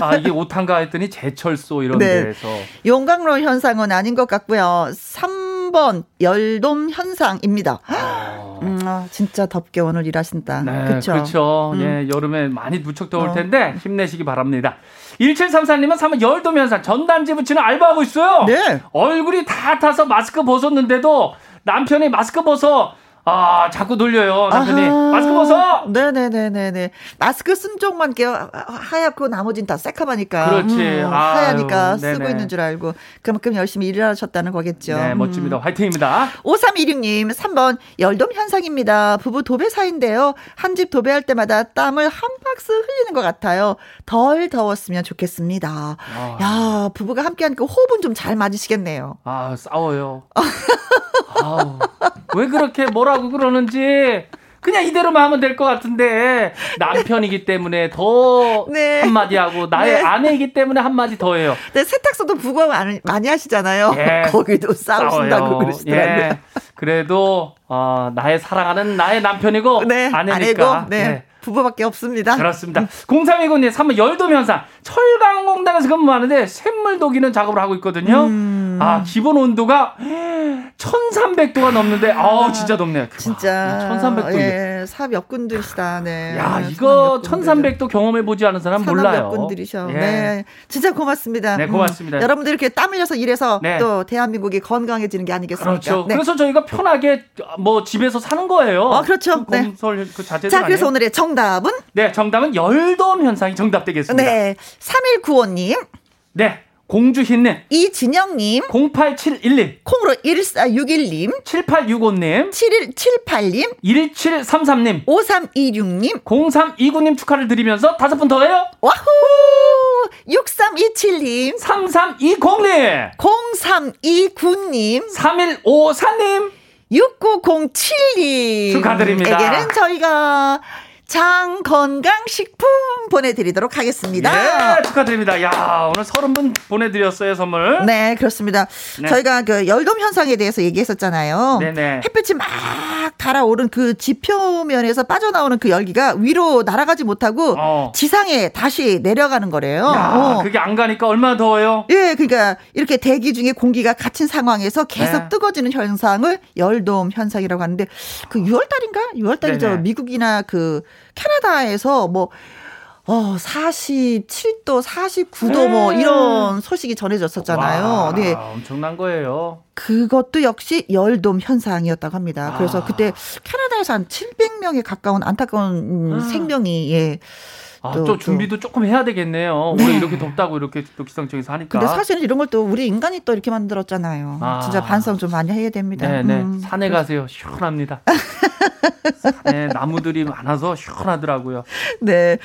아 이게 오탄가 했더니 제철소 이런 네. 데서 용광로 현상은 아닌 것 같고요. 3번 열돔 현상입니다. 어. 음, 아, 진짜 덥게 오늘 일하신다. 네, 그렇죠. 그렇죠. 음. 예, 여름에 많이 무척 더울 어. 텐데 힘내시기 바랍니다. 1734님은 3월 열도면상 전단지 붙이는 알바하고 있어요. 네. 얼굴이 다 타서 마스크 벗었는데도 남편이 마스크 벗어 아 자꾸 돌려요 남편이 아하. 마스크 벗어 네네네네네. 마스크 쓴 쪽만 이렇게 하- 하얗고 나머진 다 새카마니까. 음, 그렇지. 아유, 하얘니까 쓰고 네네. 있는 줄 알고 그만큼 열심히 일하셨다는 거겠죠. 네 멋집니다 음. 화이팅입니다 5316님, 3번, 열돔 현상입니다. 부부 도배 사이인데요. 한 집 도배할 때마다 땀을 한 박스 흘리는 것 같아요. 덜 더웠으면 좋겠습니다. 아. 야, 부부가 함께하니까 호흡은 좀 잘 맞으시겠네요. 아 싸워요 아우, 왜 그렇게 뭐라고 그러는지 그냥 이대로만 하면 될 것 같은데 남편이기 때문에 더 네. 한마디 하고 나의 네. 아내이기 때문에 한마디 더 해요. 근데 세탁소도 부거 많이, 많이 하시잖아요. 예. 거기도 싸우신다고 그러시더라고요. 예. 그래도 어, 나의 사랑하는 나의 남편이고 네, 아내니까. 아내고, 네. 아. 네. 부부밖에 없습니다. 그렇습니다. 0319님, 3번 열돔 현상. 철강공단에서 근무하는데 샘물 녹이는 작업을 하고 있거든요. 음. 아, 기본 온도가 1300도가 넘는데, 아우, 진짜 덥네요. 진짜 1300도. 예, 삽 역군들이시다. 네. 아, 야, 이거 삽 역군들. 1300도 경험해보지 않은 사람 산업 몰라요. 역군들이셔. 예. 네. 진짜 고맙습니다. 네, 고맙습니다. 음, 여러분들 이렇게 땀 흘려서 일해서 네. 또 대한민국이 건강해지는 게 아니겠습니까? 그렇죠. 네. 그래서 저희가 편하게 뭐 집에서 사는 거예요. 어, 그렇죠. 그 네. 공설 그 자제들 자, 그래서 아니에요? 오늘의 정답은 네, 정답은 열돔 현상이 정답 되겠습니다. 네. 네. 3195님, 공주흰님, 이진영님, 08711, 콩으로 1461님, 7865님, 7178님, 1733님, 5326님, 0329님 축하를 드리면서 다섯 분 더해요. 와후! 6327님, 3320님, 0329님, 3154님. 6907님. 축하드립니다. 에게는 저희가 장 건강식품 보내드리도록 하겠습니다. 예, 축하드립니다. 야, 오늘 서른 분 보내드렸어요, 선물. 네, 그렇습니다. 네. 저희가 그 열돔 현상에 대해서 얘기했었잖아요. 네네. 햇볕이 막 달아오른 그 지표면에서 빠져나오는 그 열기가 위로 날아가지 못하고 어. 지상에 다시 내려가는 거래요. 야, 어. 그게 안 가니까 얼마나 더워요. 예, 그러니까 이렇게 대기 중에 공기가 갇힌 상황에서 계속 네. 뜨거워지는 현상을 열돔 현상이라고 하는데 그 6월 달인가? 6월 달이죠. 네네. 미국이나 그 캐나다에서 뭐 어, 47도, 49도 뭐 음. 이런 소식이 전해졌었잖아요. 와, 네. 엄청난 거예요. 그것도 역시 열돔 현상이었다고 합니다. 그래서 아. 그때 캐나다에서 한 700명에 가까운 안타까운 음, 아. 생명이 예. 아, 또, 또, 또. 준비도 조금 해야 되겠네요. 네. 오늘 이렇게 덥다고 이렇게 또 기상청에서 하니까. 근데 사실은 이런 걸 또 우리 인간이 또 이렇게 만들었잖아요. 그러니까. 아. 진짜 반성 좀 많이 해야 됩니다. 네네 음. 산에 가세요 시원합니다. 산에 나무들이 많아서 시원하더라고요. 네.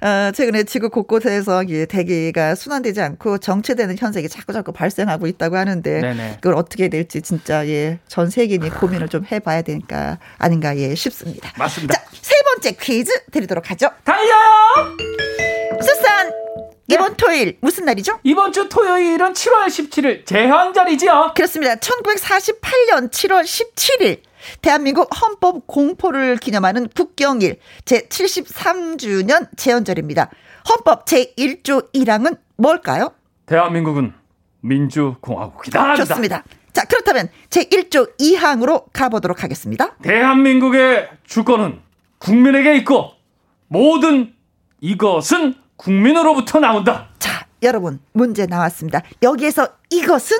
어, 최근에 지구 곳곳에서 이 대기가 순환되지 않고 정체되는 현상이 자꾸 자꾸 발생하고 있다고 하는데 네네. 그걸 어떻게 해야 될지 진짜 예, 전 세계인이 고민을 좀 해봐야 되니까 아닌가 예, 싶습니다. 맞습니다. 자, 세 번째 퀴즈 드리도록 하죠. 달려요! 수산 이번 토요일 무슨 날이죠? 이번 주 토요일은 7월 17일 제헌절이지요. 그렇습니다. 1948년 7월 17일 대한민국 헌법 공포를 기념하는 국경일 제73주년 제헌절입니다. 헌법 제1조 1항은 뭘까요? 대한민국은 민주공화국이다. 좋습니다. 자, 그렇다면 제1조 2항으로 가보도록 하겠습니다. 대한민국의 주권은 국민에게 있고 모든 이것은 국민으로부터 나온다. 자, 여러분, 문제 나왔습니다. 여기에서 이것은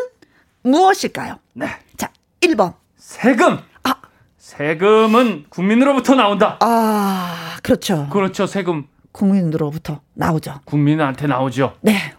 무엇일까요? 네. 자, 1번. 세금. 아. 세금은 국민으로부터 나온다. 아, 그렇죠. 그렇죠. 세금 국민으로부터 나오죠. 국민한테 나오죠. 네.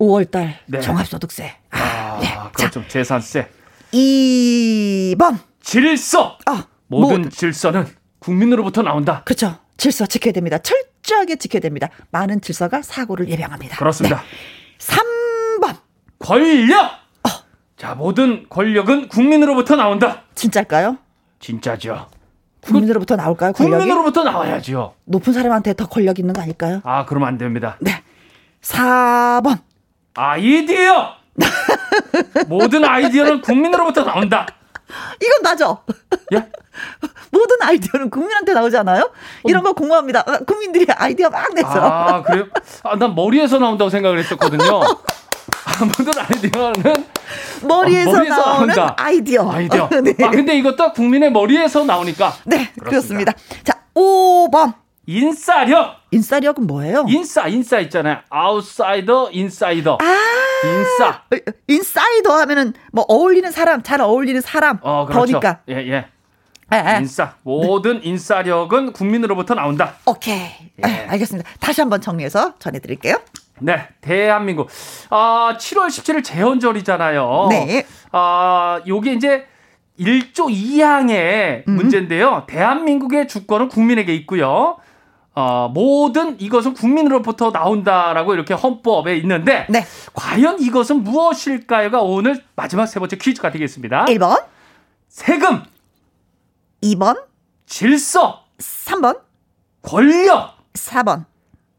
5월달 네. 종합소득세. 아, 아, 네. 자, 그렇죠. 재산세. 2번. 질서. 아, 모든 뭐, 질서는 국민으로부터 나온다. 그렇죠. 질서 지켜야 됩니다. 철저하게 지켜야 됩니다. 많은 질서가 사고를 예방합니다. 그렇습니다. 네. 3번. 권력. 어. 자, 모든 권력은 국민으로부터 나온다. 진짜일까요? 진짜죠. 국민으로부터 나올까요? 권력이? 국민으로부터 나와야죠. 높은 사람한테 더 권력 있는 거 아닐까요? 아, 그러면 안 됩니다. 네. 4번. 아이디어. 모든 아이디어는 국민으로부터 나온다. 이건 나죠. 예? 모든 아이디어는 국민한테 나오지 않아요? 이런 거 공모합니다. 아, 국민들이 아이디어 막 내서. 어. 아, 그래요? 아, 난 머리에서 나온다고 생각을 했었거든요. 아, 모든 아이디어는 머리에서, 머리에서 나오는 나온다. 아이디어. 아이디어. 네. 아, 근데 이것도 국민의 머리에서 나오니까 네, 그렇습니다. 그렇습니다. 자, 5번. 인싸력. 인싸력은 뭐예요? 인싸 인싸 있잖아요. 아웃사이더 인사이더. 인싸. 어, 인사이더 하면은 뭐 어울리는 사람, 잘 어울리는 사람 어, 그렇죠. 더니까. 예, 예. 예, 예. 인싸. 모든 인싸력은 국민으로부터 나온다. 오케이. 예. 아, 알겠습니다. 다시 한번 정리해서 전해드릴게요. 네. 대한민국. 아, 7월 17일 재헌절이잖아요. 네. 아, 요게 이제 1조 2항의 음. 문제인데요. 대한민국의 주권은 국민에게 있고요. 어, 모든 이것은 국민으로부터 나온다라고 이렇게 헌법에 있는데 네. 과연 이것은 무엇일까요가 오늘 아. 마지막 세 번째 퀴즈가 되겠습니다. 1번, 세금, 2번, 질서, 3번, 권력, 4번,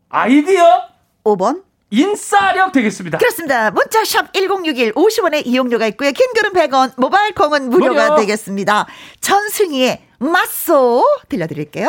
아이디어, 5번. 인싸력 되겠습니다. 그렇습니다. 문자샵 1061 50원의 이용료가 있고요. 킹글은 100원, 모바일 콩은 무료가 무료. 되겠습니다. 전승희의 맞소 들려드릴게요.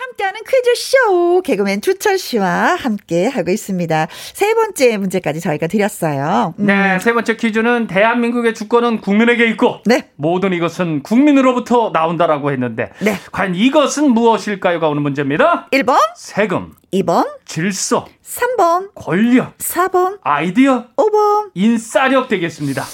함께하는 퀴즈쇼 개그맨 주철 씨와 함께 하고 있습니다. 세 번째 문제까지 저희가 드렸어요. 음, 네, 세 번째 퀴즈는 대한민국의 주권은 국민에게 있고 네. 모든 이것은 국민으로부터 나온다라고 했는데 네. 과연 이것은 무엇일까요가 오는 문제입니다. 1번, 세금, 2번, 질서, 3번, 권력, 4번, 아이디어, 5번. 인싸력 되겠습니다.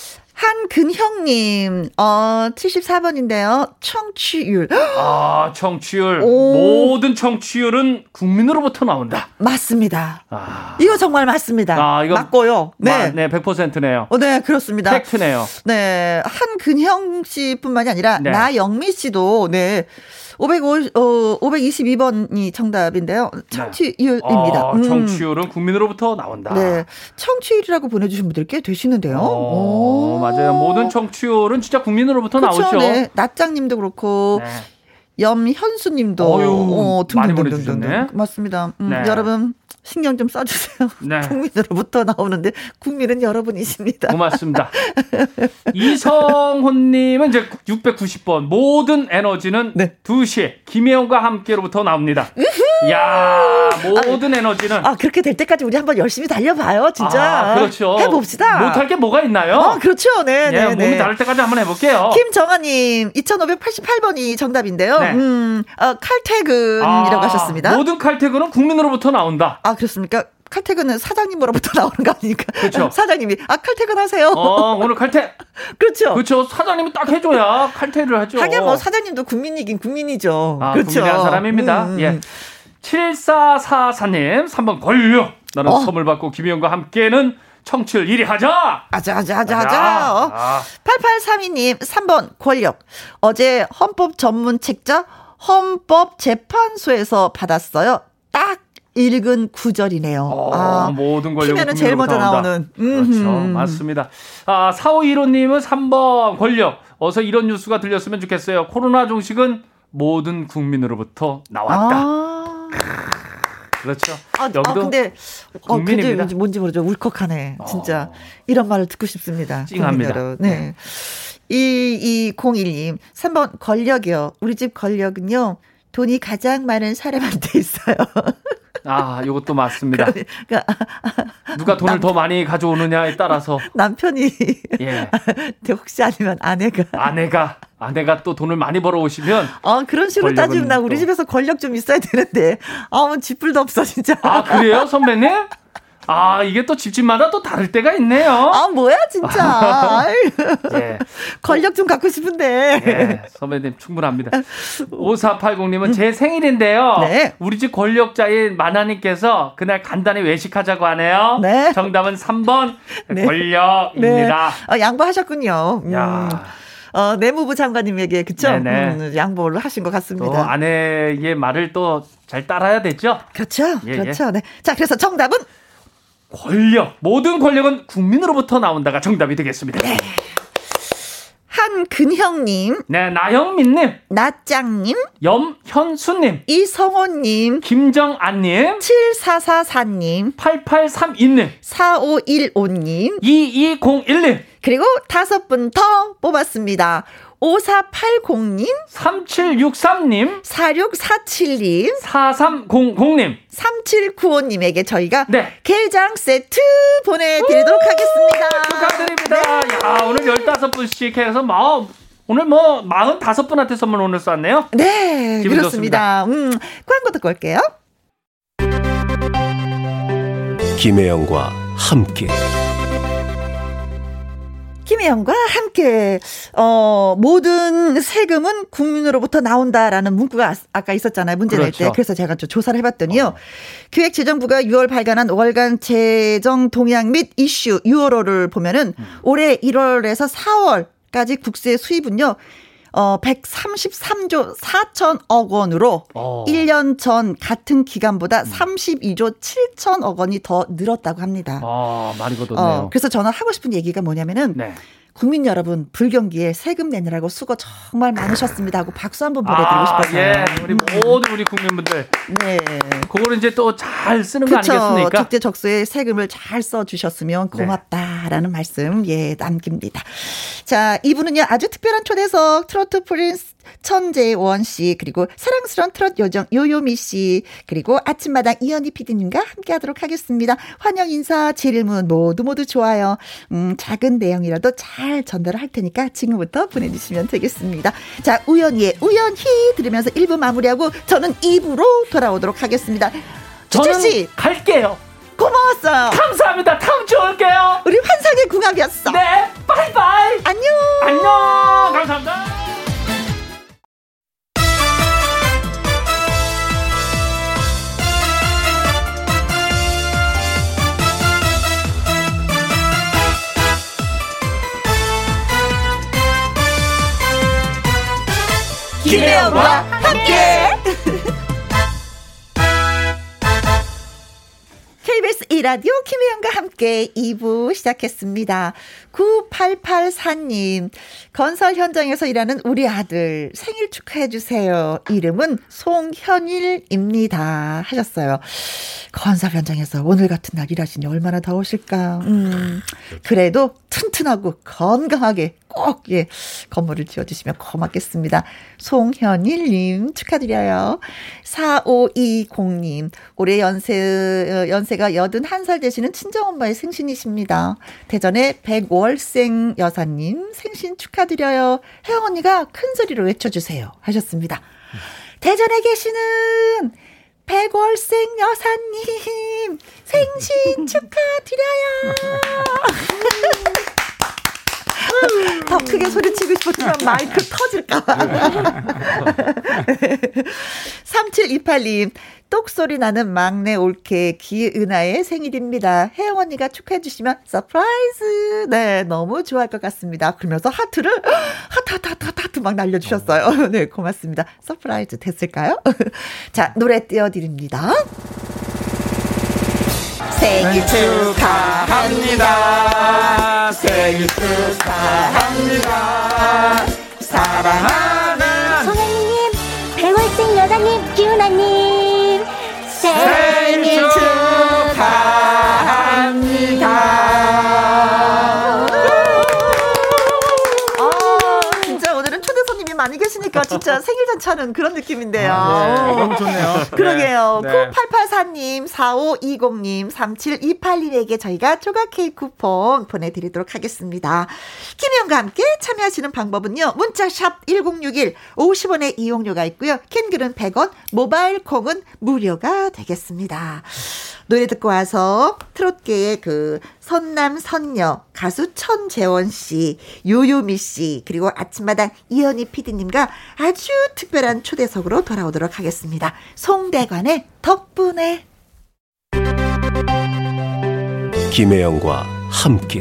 한근형님, 어, 74번인데요. 청취율. 아, 청취율. 오. 모든 청취율은 국민으로부터 나온다. 맞습니다. 아, 이거 정말 맞습니다. 아, 이거 맞고요. 네. 네. 네, 100%네요. 어, 네, 그렇습니다. 팩트네요. 네, 한근형 씨뿐만이 아니라 네. 나영미 씨도 네. 505, 어, 522번이 정답인데요. 청취율입니다. 네. 아, 음. 청취율은 국민으로부터 나온다. 네. 청취율이라고 보내주신 분들 꽤 되시는데요. 어, 오. 맞아요. 모든 청취율은 진짜 국민으로부터 그쵸, 나오죠. 네. 낯장님도 그렇고, 네. 염현수님도, 어휴, 어, 많이 등등등등등. 보내주셨네. 맞습니다. 음, 네. 여러분, 신경 좀 써주세요. 네. 국민으로부터 나오는데, 국민은 여러분이십니다. 고맙습니다. 이성훈님은 이제 690번 모든 에너지는 네. 2시에 김혜영과 함께로부터 나옵니다. 야 모든 에너지는 아 그렇게 될 때까지 우리 한번 열심히 달려봐요 진짜 아, 그렇죠. 해봅시다 못할 게 뭐가 있나요? 아 그렇죠 네네 예, 몸이 다를 때까지 한번 해볼게요. 김정아님 2588번이 정답인데요 네. 음 어, 칼퇴근이라고 아, 하셨습니다 모든 칼퇴근은 국민으로부터 나온다. 아 그렇습니까 칼퇴근은 사장님으로부터 나오는 거 아닙니까 그렇죠. 사장님이 아 칼퇴근하세요 어, 오늘 칼퇴. 그렇죠 그렇죠. 사장님이 딱 해줘야 칼퇴를 하죠. 하긴 뭐 사장님도 국민이긴 국민이죠 아, 그렇죠 국민의 한 사람입니다. 음, 음. 예. 7444님, 3번 권력. 나는 어. 선물 받고 김희영과 함께는 청취율 1위 하자! 아자 아자 아자 야, 아자 어. 아, 8832님 3번 권력. 어제 헌법 전문 책자 헌법재판소에서 받았어요. 딱 읽은 구절이네요. 어, 아, 모든 권력은 키면은 제일 먼저 국민으로부터 나오는. 그렇죠. 음흠. 맞습니다. 아, 4515님은 3번 권력. 어서 이런 뉴스가 들렸으면 좋겠어요. 코로나 종식은 모든 국민으로부터 나왔다. 아, 그렇죠. 아, 여기도 아, 근데 어, 굉장히 국민입니다. 뭔지, 뭔지 모르죠. 울컥하네. 진짜 이런 말을 듣고 싶습니다. 찡합니다. 국민 여러분. 네. 2201님 3번 권력이요. 우리 집 권력은요. 돈이 가장 많은 사람한테 있어요. 아, 이것도 맞습니다. 그러니까 누가 돈을 더 많이 가져오느냐에 따라서 남편이 예. 근데 혹시 아니면 아내가 아내가 아내가 또 돈을 많이 벌어 오시면 아 그런 식으로 권력은 따지면 나 우리 또. 집에서 권력 좀 있어야 되는데 아우 쥐뿔도 없어 진짜 아 그래요 선배님? 아 이게 또 집집마다 또 다를 때가 있네요. 아 뭐야 진짜 아이, 예, 권력 좀 갖고 싶은데 예, 선배님 충분합니다. 5480님은 제 생일인데요. 네. 우리 집 권력자인 마나님께서 그날 간단히 외식하자고 하네요. 네. 정답은 3번 네. 네 권력입니다. 어, 양보하셨군요 음. 야. 어, 내무부 장관님에게 그쵸 네네. 음, 양보를 하신 것 또 같습니다 아내의 말을 또 잘 따라야 되죠. 그렇죠 예, 예. 그렇죠 네. 자 그래서 정답은 권력 모든 권력은 국민으로부터 나온다가 정답이 되겠습니다. 네, 한근형님 네, 나영민님, 나짱님 염현수님, 이성호님 김정안님, 7444님 8832님, 4515님 2201님, 그리고 다섯 분 더 뽑았습니다. 5480님, 3763님, 4647님, 4300님. 3795님에게 저희가 네. 게장 세트 보내드리도록 하겠습니다. 축하드립니다. 야, 오늘 15분씩 해서 뭐, 오늘 뭐, 45분한테 선물 오늘 쐈네요. 네, 기분 그렇습니다. 음, 광고 듣고 올게요. 김혜영과 함께 김혜영과 함께, 어, 모든 세금은 국민으로부터 나온다라는 문구가 아- 아까 있었잖아요. 문제 낼 그렇죠. 어. 때. 그래서 제가 좀 조사를 해봤더니요. 기획재정부가 6월 발간한 월간 재정 동향 및 이슈 6월호를 보면은 음. 올해 1월에서 4월까지 국세 수입은요. 어, 133조 4천억 원으로 어. 음. 1년 전 같은 기간보다 32조 7천억 원이 더 늘었다고 합니다. 아, 많이 거뒀네요. 어, 그래서 저는 하고 싶은 얘기가 뭐냐면은 네. 국민 여러분 불경기에 세금 내느라고 수고 정말 많으셨습니다 하고 박수 한번 보내드리고 싶어서요. 예, 우리 모든 우리 국민분들 네. 그거를 이제 또 잘 쓰는 거 그렇죠. 아니겠습니까? 네. 적재적소에 세금을 잘 써주셨으면 고맙다라는 말씀 예 남깁니다. 자 이분은요 아주 특별한 초대석 트로트 프린스 천재원 씨 그리고 사랑스러운 트롯 요정 요요미 씨 그리고 아침마당 이현희 PD님과 함께하도록 하겠습니다. 환영 인사 질문 모두 모두 좋아요. 음 작은 내용이라도 잘 전달을 할 테니까 지금부터 보내주시면 되겠습니다. 자 우연히의 우연히 들으면서 1부 마무리하고 저는 2부로 돌아오도록 하겠습니다. 저는 주철씨 갈게요. 고마웠어요. 감사합니다. 다음 주에 올게요. 우리 환상의 궁합이었어. 네, 바이바이. 안녕. 안녕. 감사합니다. 김혜영과 함께. KBS 이라디오 김혜영과 함께 2부 시작했습니다. 9884님, 건설 현장에서 일하는 우리 아들 생일 축하해주세요. 이름은 송현일입니다. 하셨어요. 건설 현장에서 오늘 같은 날 일하시니 얼마나 더우실까. 음, 그래도 튼튼하고 건강하게 꼭, 예, 건물을 지어주시면 고맙겠습니다. 송현일님 축하드려요. 4520님, 올해 연세, 어, 연세가 81살 되시는 친정엄마의 생신이십니다. 대전의 백월생 여사님 생신 축하드려요. 혜영 언니가 큰 소리로 외쳐주세요. 하셨습니다. 대전에 계시는 백월생 여사님 생신 축하드려요. 더 크게 소리치고 싶었지만 마이크 터질까봐. 3728님, 똑소리 나는 막내 올케 기은아의 생일입니다. 혜영 언니가 축하해주시면 서프라이즈! 네, 너무 좋아할 것 같습니다. 그러면서 하트를, 하트, 하트, 하트, 하트, 하트 막 날려주셨어요. 네, 고맙습니다. 서프라이즈 됐을까요? 자, 노래 띄워드립니다. 생일 축하합니다. 생일 축하합니다. 사랑하는 송현이님, 백월생 여사님, 기훈아님, 생일 축하합니다. 아, 진짜 오늘은 초대 손님이 많이 계시니까 진짜 생일 잔치하는 그런 느낌인데요. 어. 너무 아, 좋네요. 그러게요. 네, 네. 9884님, 4520님, 3728님에게 저희가 조각 케이크 쿠폰 보내드리도록 하겠습니다. 김희영과 함께 참여하시는 방법은요. 문자샵 1061, 50원의 이용료가 있고요. 캔글은 100원, 모바일 콩은 무료가 되겠습니다. 노래 듣고 와서 트롯계의 그 선남 선녀 가수 천재원 씨, 요요미 씨 그리고 아침마당 이현희 PD님과 아주 특별한 초대석으로 돌아오도록 하겠습니다. 송대관의 덕분에 김혜영과 함께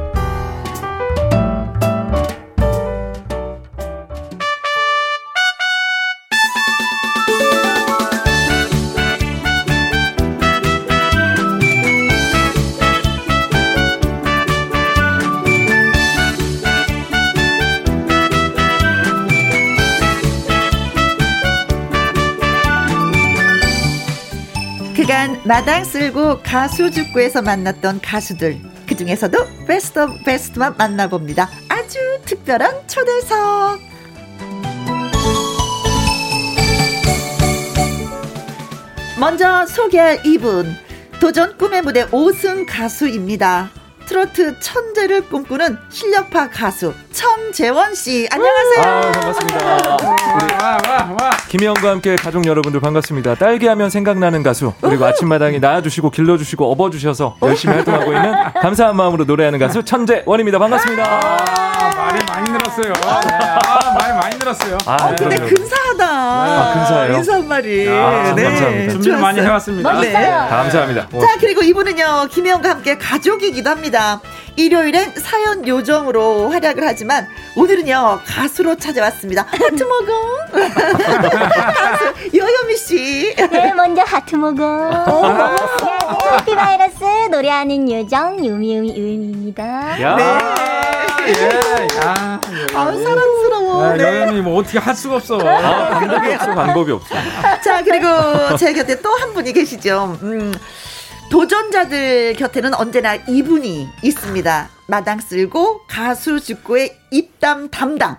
그간 마당 쓸고 가수 축구에서 만났던 가수들 그 중에서도 베스트 오브 베스트만 만나봅니다. 아주 특별한 초대석. 먼저 소개할 이분 도전 꿈의 무대 5승 가수입니다. 트로트 천재를 꿈꾸는 실력파 가수 청재원 씨 안녕하세요. 아, 네. 반갑습니다. 김혜영과 함께 가족 여러분들 반갑습니다. 딸기 하면 생각나는 가수, 그리고 아침마당에 낳아주시고, 길러주시고, 업어주셔서 열심히 활동하고 있는 감사한 마음으로 노래하는 가수, 천재원입니다. 반갑습니다. 아, 말이 많이 늘었어요. 네, 아, 말 많이 늘었어요. 아, 어, 근데 그럼요. 근사하다. 아, 근사해요? 인사말이. 네. 아, 감사합니다. 준비를 많이 좋았어요. 해왔습니다. 네. 멋있어요. 감사합니다. 아, 어, 자, 그리고 이분은요, 김혜영과 함께 가족이기도 합니다. 일요일엔 사연 요정으로 활약을 하지만, 오늘은요, 가수로 찾아왔습니다. 하트 먹음. 가수, 여여미 씨. 네, 먼저 하트 먹어. 네, 해피 바이러스 노래하는 요정 유미유미 유미입니다. 네. 야, 예, 야, 예. 아, 사랑스러워. 아, 네. 여연이 뭐 어떻게 할 수가 없어. 아, 방법이 없어, 방법이 없어. 자, 그리고 제 곁에 또 한 분이 계시죠. 음, 도전자들 곁에는 언제나 이분이 있습니다. 마당 쓸고 가수 직구의 입담 담당.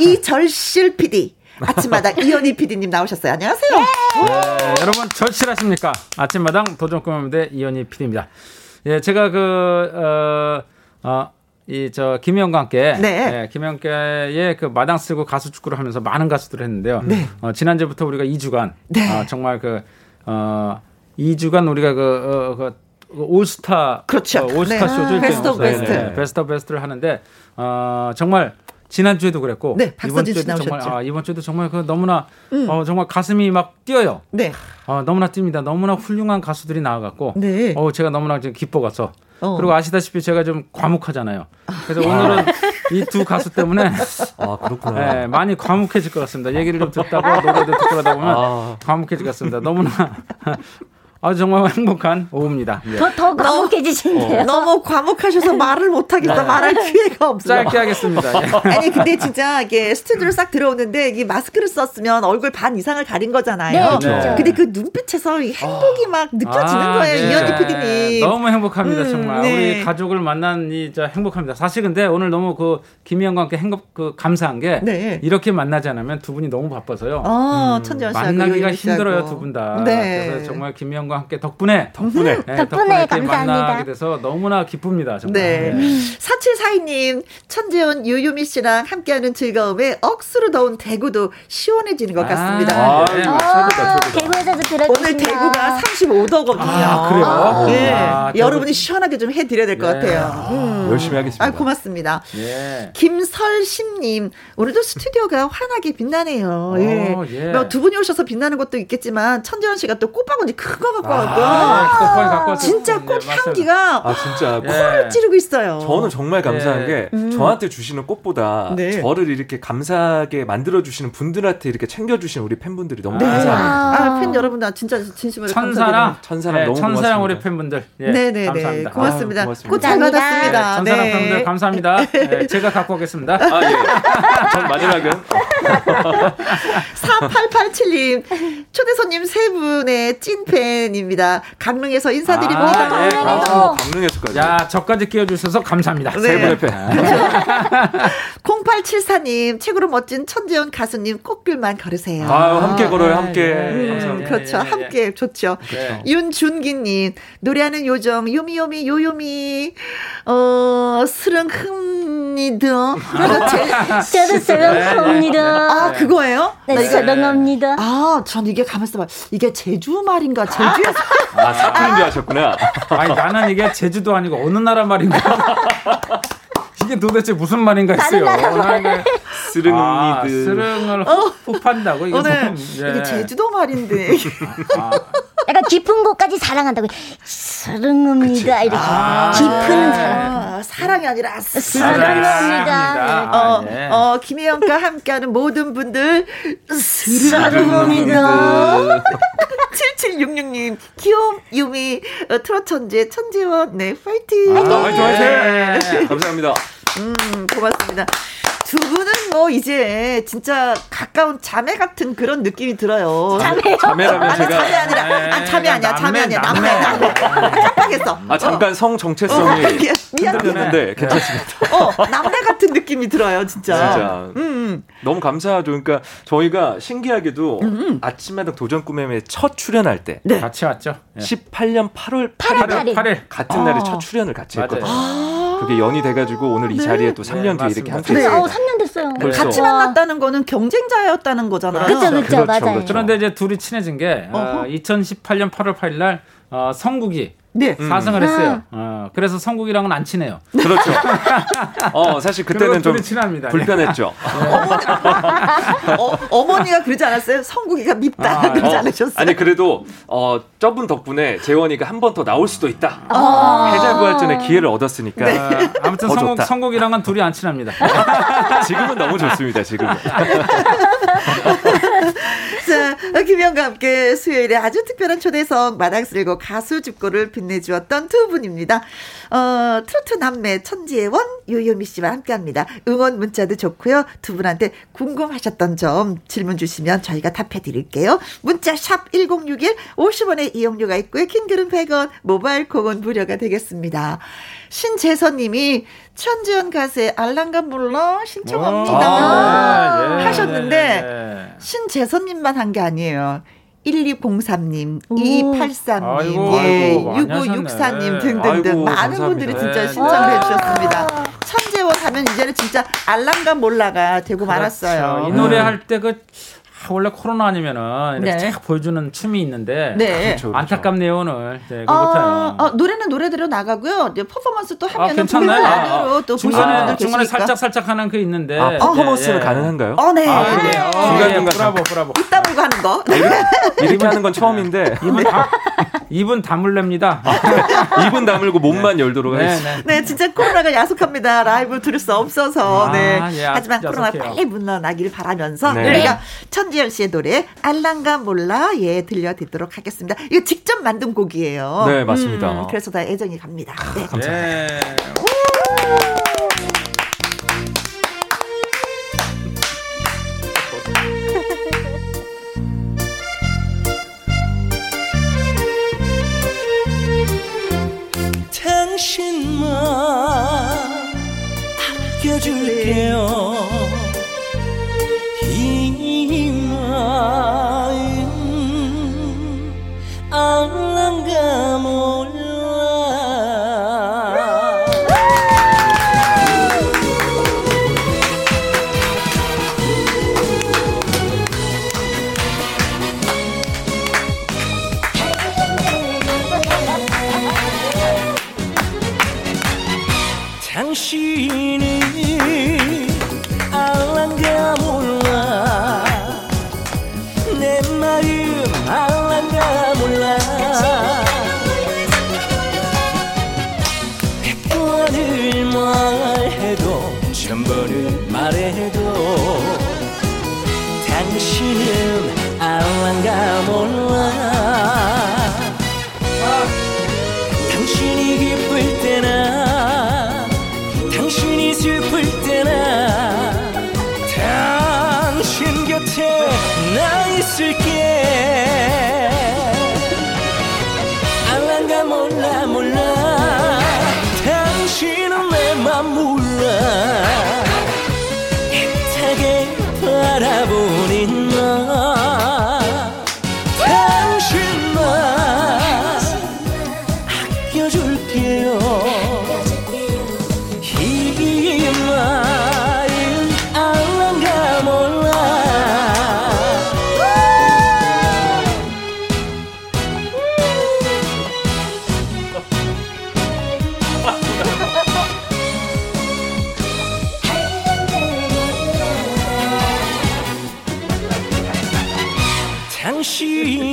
이절실 PD. 아침마당 이현희 PD님 나오셨어요. 안녕하세요. 네, 여러분 절실하십니까? 아침마당 도전 꿈무대 이현희 PD입니다. 예, 제가 그 어, 어, 이 저 김희영과 함께 네. 예, 김희영과의 그 마당 쓸고 가수 축구를 하면서 많은 가수들을 했는데요. 어, 지난주부터 우리가 2주간 네. 어, 정말 그 어, 2주간 우리가 그, 어, 그 올스타 그렇죠. 어, 올스타 네. 쇼죠. 아, 베스트 오브 베스트. 네. 베스트 오브 베스트를 하는데 어, 정말 지난주에도 그랬고 네, 박서진 씨 정말 나오셨죠. 아, 이번 주에도 정말 그 너무나 음. 어, 정말 가슴이 막 뛰어요. 네. 아, 너무나 띕니다. 너무나 훌륭한 가수들이 나와갖고, 네. 어, 제가 너무나 지금 기뻐가서. 어. 예. 그리고 아시다시피 제가 좀 과묵하잖아요. 그래서 오늘은 이 두 가수 때문에 아, 그렇구나. 예, 많이 과묵해질 것 같습니다. 얘기를 좀 듣다가 노래도 듣고 그러다 보면 아. 과묵해질 것 같습니다. 너무나 아주 정말 행복한 오후입니다. 예. 더 더 과묵해지신데요. 너무 과묵하셔서 말을 못하겠다. 말할 기회가 없어요. 네. 짧게 하겠습니다. 예. 아니 근데 진짜 이게 스튜디오를 싹 들어오는데 이 마스크를 썼으면 얼굴 반 이상을 가린 거잖아요. 네, 그렇죠. 근데 그 눈빛에서 이 행복이 막 느껴지는 아, 거예요. 네. 이현희 PD님. 너무 행복합니다, 음, 정말. 네. 우리 가족을 만난 이 저 행복합니다. 사실 근데 오늘 너무 그 김희영과 함께 행복 그 감사한 게 네. 이렇게 만나지 않으면 두 분이 너무 바빠서요. 어, 천지연 씨하고 음, 만나기가 이효리 씨하고. 힘들어요 두 분 다. 네. 음, 그래서 정말 김희영과 함께 덕분에 덕분에. 네, 덕분에 이렇게 감사합니다. 만나게 돼서 너무나 기쁩니다. 정말. 네. 사칠사이님, 천재원 유유미 씨랑 함께하는 즐거움에 억수로 더운 대구도 시원해지는 것 같습니다. 아, 네. 네. 어, 최고다, 최고다. 대구에서도 들었습니다. 오늘 대구가 35도거든요. 아, 그래요? 예. 아, 저도- 여러분이 시원하게 좀 해드려야 될 것 네. 같아요. 음. 열심히 하겠습니다. 아, 고맙습니다. 예. 김설심님 오늘도 스튜디오가 환하게 빛나네요. 예. 어, 예. 뭐두 분이 오셔서 빛나는 것도 있겠지만 천재원 씨가 또 꽃바구니 큰 거 갖고 왔고 아, 꽃바구니 갖고 왔어요. 진짜 네, 꽃 맞아요. 향기가 아, 진짜. 예. 코를 찌르고 있어요. 저는 정말 감사한 네. 게 저한테 주시는 꽃보다 음. 네. 저를 이렇게 감사하게 만들어 주시는 분들한테 이렇게 챙겨 주시는 우리 팬분들이 너무 네. 감사합니다. 아, 팬 여러분 나 진짜 진심으로 천사랑 네, 감사드립니다. 천사랑 너무 네, 천사랑 고맙습니다. 우리 팬분들. 예, 네네네 감사합니다. 고맙습니다. 아유, 고맙습니다. 꽃 잘 감사합니다. 예, 받았습니다. 네. 천사랑 팬분들 감사합니다. 예, 제가 갖고 오겠습니다. 아, 예. 전 마지막은 4887님 초대 손님 세 분의 찐 팬입니다. 강릉에서 인사드립니다. 아, 예, 어. 아, 강릉에서까지. 야, 저까지 끼워주셔서 감사합니다. 네. 세 분의 팬. 0874님 책으로 멋진 천재원 가수님 꽃길만 걸으세요. 아유, 함께 걸어요, 함께. 예, 음, 예. 감사합니다. 그렇죠. 예, 예, 예. 함께 좋죠. 그렇죠. 윤준기님 노래하는 요정 요미요미 요요미 어 스릉 흠 사랑합니다. 아, 그래서 제, 저도 사랑합니다. 아, 그거예요? 네, 사랑합니다. 아, 전 이게 가만있어 봐. 이게 제주 말인가? 제주에서. 아, 사투리인 줄 아셨구나. 아니 나는 이게 제주도 아니고 어느 나라 말인가. 이게 도대체 무슨 말인가 했어요. 워낙에 아, 스릉니드. 스릉을 호흡한다고 이게 어. 오늘 좀, 예. 이게 제주도 말인데. 약간 깊은 곳까지 사랑한다고. 사랑합니다. 이렇게. 아, 아, 예. 네. 깊은 사랑. 아, 사랑이 아니라 사랑합니다. 어, 예. 어, 김혜영과 함께하는 모든 분들, 사랑합니다. 7766님, 귀여움, 유미, 어, 트롯 천재, 천재원, 네, 파이팅! 화이팅, 예. 네. 화이팅! 감사합니다. 음, 고맙습니다. 두 분은 뭐, 이제, 진짜, 가까운 자매 같은 그런 느낌이 들어요. 자매라면 아니, 자매 제가. 아니라, 아, 자매 아니야, 자매 남매, 아니야, 남매, 남매. 남매. 깜빡했어. 어, 아, 잠깐 성 정체성이 미안, 미안. 흔들렸는데 괜찮습니다. 어, 남매 같은 느낌이 들어요, 아, 진짜. 음, 진짜. 너무 감사하죠. 그러니까 저희가 신기하게도 아침마당 도전 꿈의 첫 출연할 때 음, 네. 같이 왔죠. 예. 18년 8월 8일 8일. 8일. 같은 날에 첫 출연을 같이 맞아요. 했거든요. 그게 연이 돼가지고 오늘 이 자리에 또 3년 네, 뒤에 이렇게 맞습니다. 함께 네. 있어요. 어우, 3년 됐어요. 벌써. 같이 만났다는 거는 경쟁자였다는 거잖아요. 그쵸, 그쵸, 그렇죠, 어. 맞아요. 그렇죠. 그런데 이제 둘이 친해진 게 어, 2018년 8월 8일 날 어, 성국이 네. 아. 사승을 했어요. 어, 그래서 성국이랑은 안 친해요. 그렇죠. 어, 사실 그리고 그때는 좀 둘이 친합니다. 네. 아, 불편했죠. 어, 어머니가 그러지 않았어요? 성국이가 밉다 아, 그러지 어, 않으셨어요? 아니 그래도 어, 저분 덕분에 재원이가 한 번 더 나올 수도 있다. 아. 해자부활전의 기회를 얻었으니까 예. 아무튼 더 성국, 어, 좋다. 성국이랑은 둘이 안 친합니다. 아, 지금은 너무 좋습니다. 지금. 자, 어, 김영과 함께 수요일에 아주 특별한 초대석 마당 쓸고 가수 집고를 빛내주었던 두 분입니다. 어, 트로트 남매 천지혜원 유유미 씨와 함께합니다. 응원 문자도 좋고요. 두 분한테 궁금하셨던 점 질문 주시면 저희가 답해드릴게요. 문자 샵 #1061 50원의 이용료가 있고요. 킹글은 100원, 모바일 콩은 무료가 되겠습니다. 신재선님이 천지연 가수의 알랑감 몰라 신청합니다 아, 어, 예, 하셨는데. 예. 신재선님만 한 게 아니에요. 1203님, 아이고, 2283님, 예, 아이고, 많이 6564님 하셨네. 등등등 많은 아이고, 감사합니다. 분들이 진짜 네. 신청을 해주셨습니다. 천재원 하면 이제는 진짜 알랑감 몰라가 되고 말았어요. 그렇죠. 이 노래 할 때 그 원래 코로나 아니면은 이렇게 음. 네. 쫙 보여주는 춤이 있는데 네. 그렇죠. 안타깝네요 오늘. 네, 그거 아, 못해요. 아, 노래는 노래대로 나가고요. 이제 퍼포먼스 또 아, 하면은 보이는 괜찮나요? 라디오로 아, 또 보시는 중간에 분들 중간에 계시니까. 살짝 살짝 하는 그 있는데 아, 퍼포먼스는 예, 예. 가능한가요? 어, 네. 아, 그래요? 예, 중간중간 예, 브라보 브라보. 이따 물고 하는 거. 아, 이렇게 하는 건 처음인데 입은 다 입은 다물랩니다. 아, 입은 다물고 몸만 열도록 하겠습니다. 네, 진짜 코로나가 야속합니다. 라이브 들을 수 없어서. 아, 네. 예, 하지만 야속해요. 코로나 빨리 물러나길 바라면서 네. 우리가 천지열 씨의 노래 알랑가 몰라 예 들려드리도록 하겠습니다. 이거 직접 만든 곡이에요. 네, 맞습니다. 음, 그래서 다 애정이 갑니다. 네. 예. 당신만 아껴줄게요 이 마음 알랑가 몰라 당신은 알랑가 몰라 내 마음 알랑가 몰라 백 번을 말해도 천 번을 말해도 당신은 알랑가 몰라 당신이 기쁠 때나 당신이 슬플 때나 당신 곁에 나 있을게 알랑가 몰라 몰라 당신은 내맘 몰라 애타게 바라보는 너 당신만 아껴줄게요 이만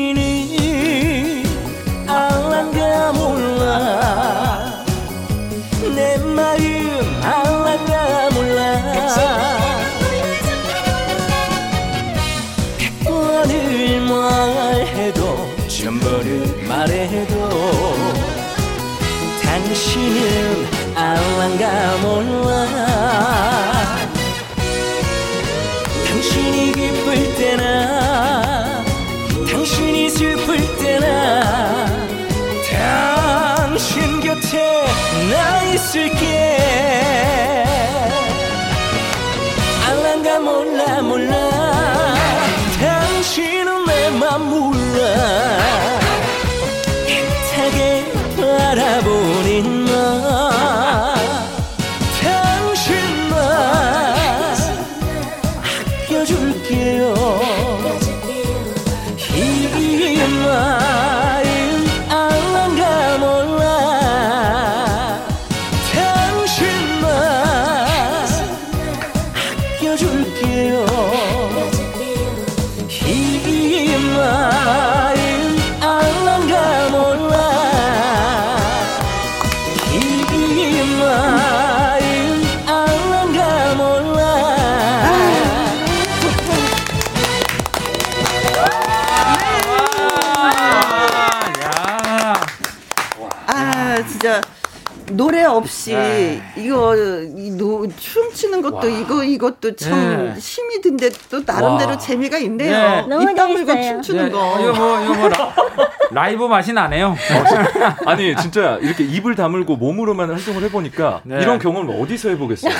당신이 알란가 몰라 내 마음 알란가 몰라 오늘 말해도 전부를 말해도 당신은 알랑가 몰라 당신이 기쁠 때나 당신이 슬플 때나 당신 곁에 나 있을게 알랑가 몰라 몰라 당신은 내맘 몰라 애타게 바라보는 너 당신만 아껴줄게요 이 마음 알랑가 몰라 당신만 아껴줄게요 이 마음 알랑가 몰라 이 마음 알랑가 몰라 아, 진짜. 노래 없이 네. 이거 이 노, 춤추는 것도 이거 이것도 참 네. 힘이 든데 또 나름대로 와. 재미가 있네요. 네. 너무 입 다물고 재밌어요. 춤추는 예, 거. 이거 뭐 이거 뭐 라- 라이브 맛이 어, 나네요. 아니 진짜 이렇게 입을 다물고 몸으로만 활동을 해보니까 네. 이런 경험을 어디서 해보겠어요?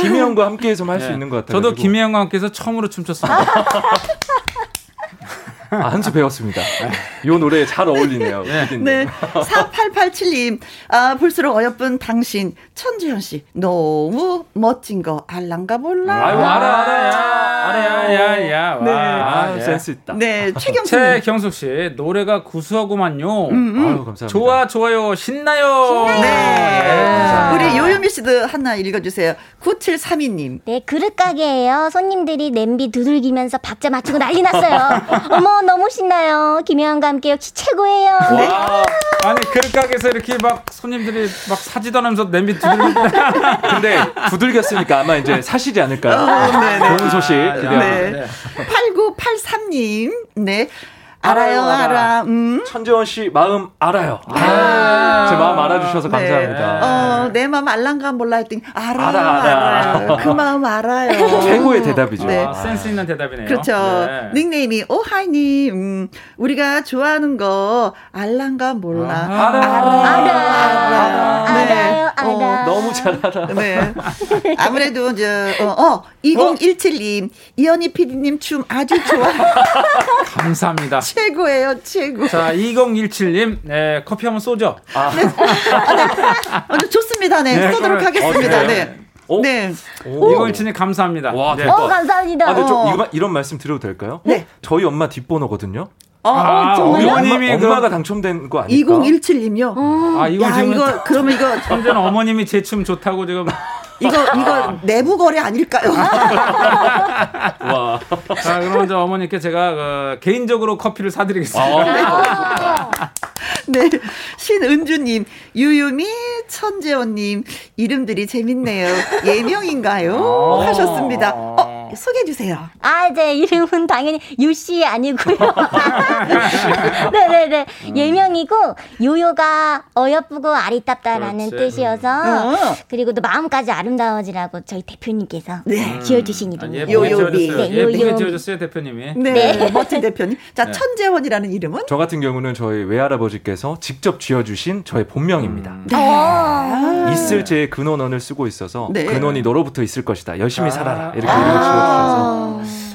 김혜영과 함께해서 할 수 있는 것 같아요. 네. 저도 김혜영과 함께해서 처음으로 춤췄습니다. 아, 한수 배웠습니다. 네. 이 노래에 잘 어울리네요. 피디님. 네. 4887님. 아, 볼수록 어여쁜 당신. 천지현 씨. 너무 멋진 거 알랑가 몰라. 아이고 알아 알아 야, 알아요. 야야야. 네. 아, 와. 예. 센스 있다. 네, 최경수 님. 최경숙 씨 노래가 구수하구만요. 아유 감사합니다. 좋아 좋아요 신나요. 네. 예. 우리 요요미 씨도 하나 읽어 주세요. 9732님. 네, 그릇 가게예요. 손님들이 냄비 두들기면서 박자 맞추고 난리 났어요. 어머, 너무 신나요. 김혜영과 함께 역시 최고예요. 아니 그릇가게에서 이렇게 막 손님들이 막 사지도 않으면서 냄비 두들기고 근데 두들겼으니까 아마 이제 사시지 않을까. 좋은 소식 아, 기대합니다. 네. 8983님. 네. 알아요, 알아요, 알아. 알아. 음. 천재원 씨 마음 알아요. 제 마음 알아주셔서 감사합니다. 네. 어, 내 마음 알랑가 몰라 했더니 알아요, 알아, 알아. 알아. 요그 마음 알아요. 최고의 대답이죠. 네. 아, 센스 있는 대답이네요. 그렇죠. 네. 닉네임이 오하이님. 음, 우리가 좋아하는 거 알랑가 몰라. 아, 알아. 알아요, 알아. 네. 어, 너무 잘 알아. 어. 네. 아무래도 이제 어, 어 2017님 이현희 PD님 춤 아주 좋아 감사합니다. 최고예요 최고. 자 2017님 네, 커피 한번 쏘죠. 아, 어, 좋습니다. 네. 네, 쏘도록 그래. 하겠습니다. 어, 네. 네. 오. 네. 2017님 감사합니다. 와, 네. 대박. 어, 감사합니다. 아, 근데 저 어. 이거, 이런 말씀 드려도 될까요? 네. 저희 엄마 뒷번호거든요. 어, 아, 어, 우리 어머니. 정말요? 어머님이 엄마, 그럼- 엄마가 당첨된 거 아닐까? 2017님요. 아 이거 야 지금 이거 그러면 이거 완전 어머님이 제 춤 좋다고 지금 이거 이거 내부 거래 아닐까요? 와. 자 그러면 저 어머님께 제가 어, 개인적으로 커피를 사드리겠습니다. 아, 네. 신은주님, 유유미, 천재원님, 이름들이 재밌네요. 예명인가요? 아. 하셨습니다. 어, 소개해주세요. 아, 제 이름은 당연히 유씨 아니고요. 네네네. 음. 예명이고, 요요가 어여쁘고 아리답다라는 그렇지. 음. 뜻이어서, 어. 그리고 또 마음까지 아름다워지라고 저희 대표님께서 네. 음. 지어주신 아, 이름이에요. 예쁘게 요요미. 지어줬어요. 네, 예쁘게 요요미. 지어줬어요 대표님이. 네. 멋진 대표님. 네. 자, 천재원이라는 이름은? 저 같은 경우는 저희 외할아버지께서 직접 지어주신 저의 본명입니다. 음. 어. 있을 제의 근원언을 쓰고 있어서 아. 네. 근원이 너로부터 있을 것이다. 열심히 아. 살아라. 이렇게 읽어주셔서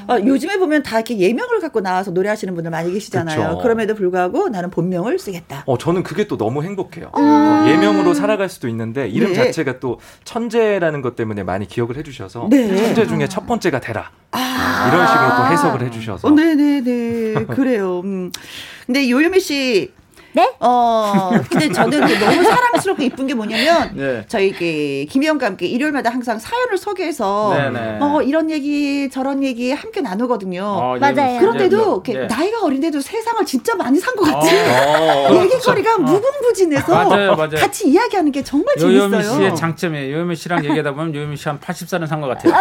어, 요즘에 보면 다 이렇게 예명을 갖고 나와서 노래하시는 분들 많이 계시잖아요. 그쵸. 그럼에도 불구하고 나는 본명을 쓰겠다. 어, 저는 그게 또 너무 행복해요. 어, 예명으로 살아갈 수도 있는데 이름 음. 네. 자체가 또 천재라는 것 때문에 많이 기억을 해주셔서 네. 아. 천재 중에 첫 번째가 되라. 이런 식으로 또 해석을 해주셔서 어, 네네네. 그래요. 음. 근데 요요미 씨, 네? 어, 근데 저는 이게 너무 사랑스럽고 이쁜 게 뭐냐면, 네. 저희 이게 김희영과 함께 일요일마다 항상 사연을 소개해서, 네네. 어, 이런 얘기, 저런 얘기 함께 나누거든요. 어, 예, 맞아요. 예, 그런데도 이렇게 예. 나이가 어린데도 세상을 진짜 많이 산 것 같아. 어. 얘기거리가 무궁무진해서 그렇죠. 아. 맞아요, 맞아요. 같이 이야기하는 게 정말 요요미 재밌어요. 씨의 장점이에요. 요요미 씨랑 얘기하다 보면 요요미 씨 한 80살은 산 것 같아요.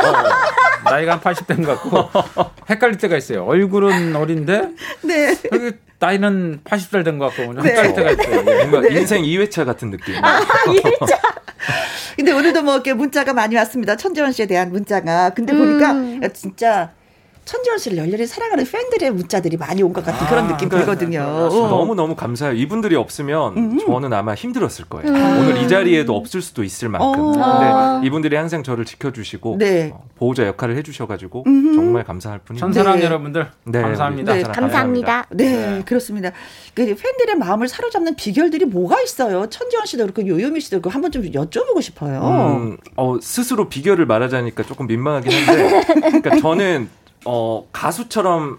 나이가 한 80대인 것 같고 헷갈릴 때가 있어요. 얼굴은 어린데 네. 여기 나이는 80살 된 것 같고 헷갈릴 때가 있어요. 예. 뭔가 네. 인생 2회차 같은 느낌. 아. 근데 오늘도 뭐 이렇게 문자가 많이 왔습니다. 천재원 씨에 대한 문자가. 근데 보니까 진짜 천재원 씨를 열렬히 사랑하는 팬들의 문자들이 많이 온 것 같은 그런 느낌 들거든요. 아, 어. 너무 너무 감사해요. 이분들이 없으면 음. 저는 아마 힘들었을 거예요. 오늘 이 자리에도 없을 수도 있을 만큼. 어. 근데 이분들이 항상 저를 지켜주시고 네. 어, 보호자 역할을 해주셔가지고 정말 감사할 뿐이에요. 천사랑 네. 여러분들 네, 감사합니다. 네, 감사합니다. 네, 그렇습니다. 그 팬들의 마음을 사로잡는 비결들이 뭐가 있어요? 천지원 씨도 그렇고 요요미 씨도 그렇고 한번 좀 여쭤보고 싶어요. 음, 어, 스스로 비결을 말하자니까 조금 민망하긴 한데, 그러니까 저는 어, 가수처럼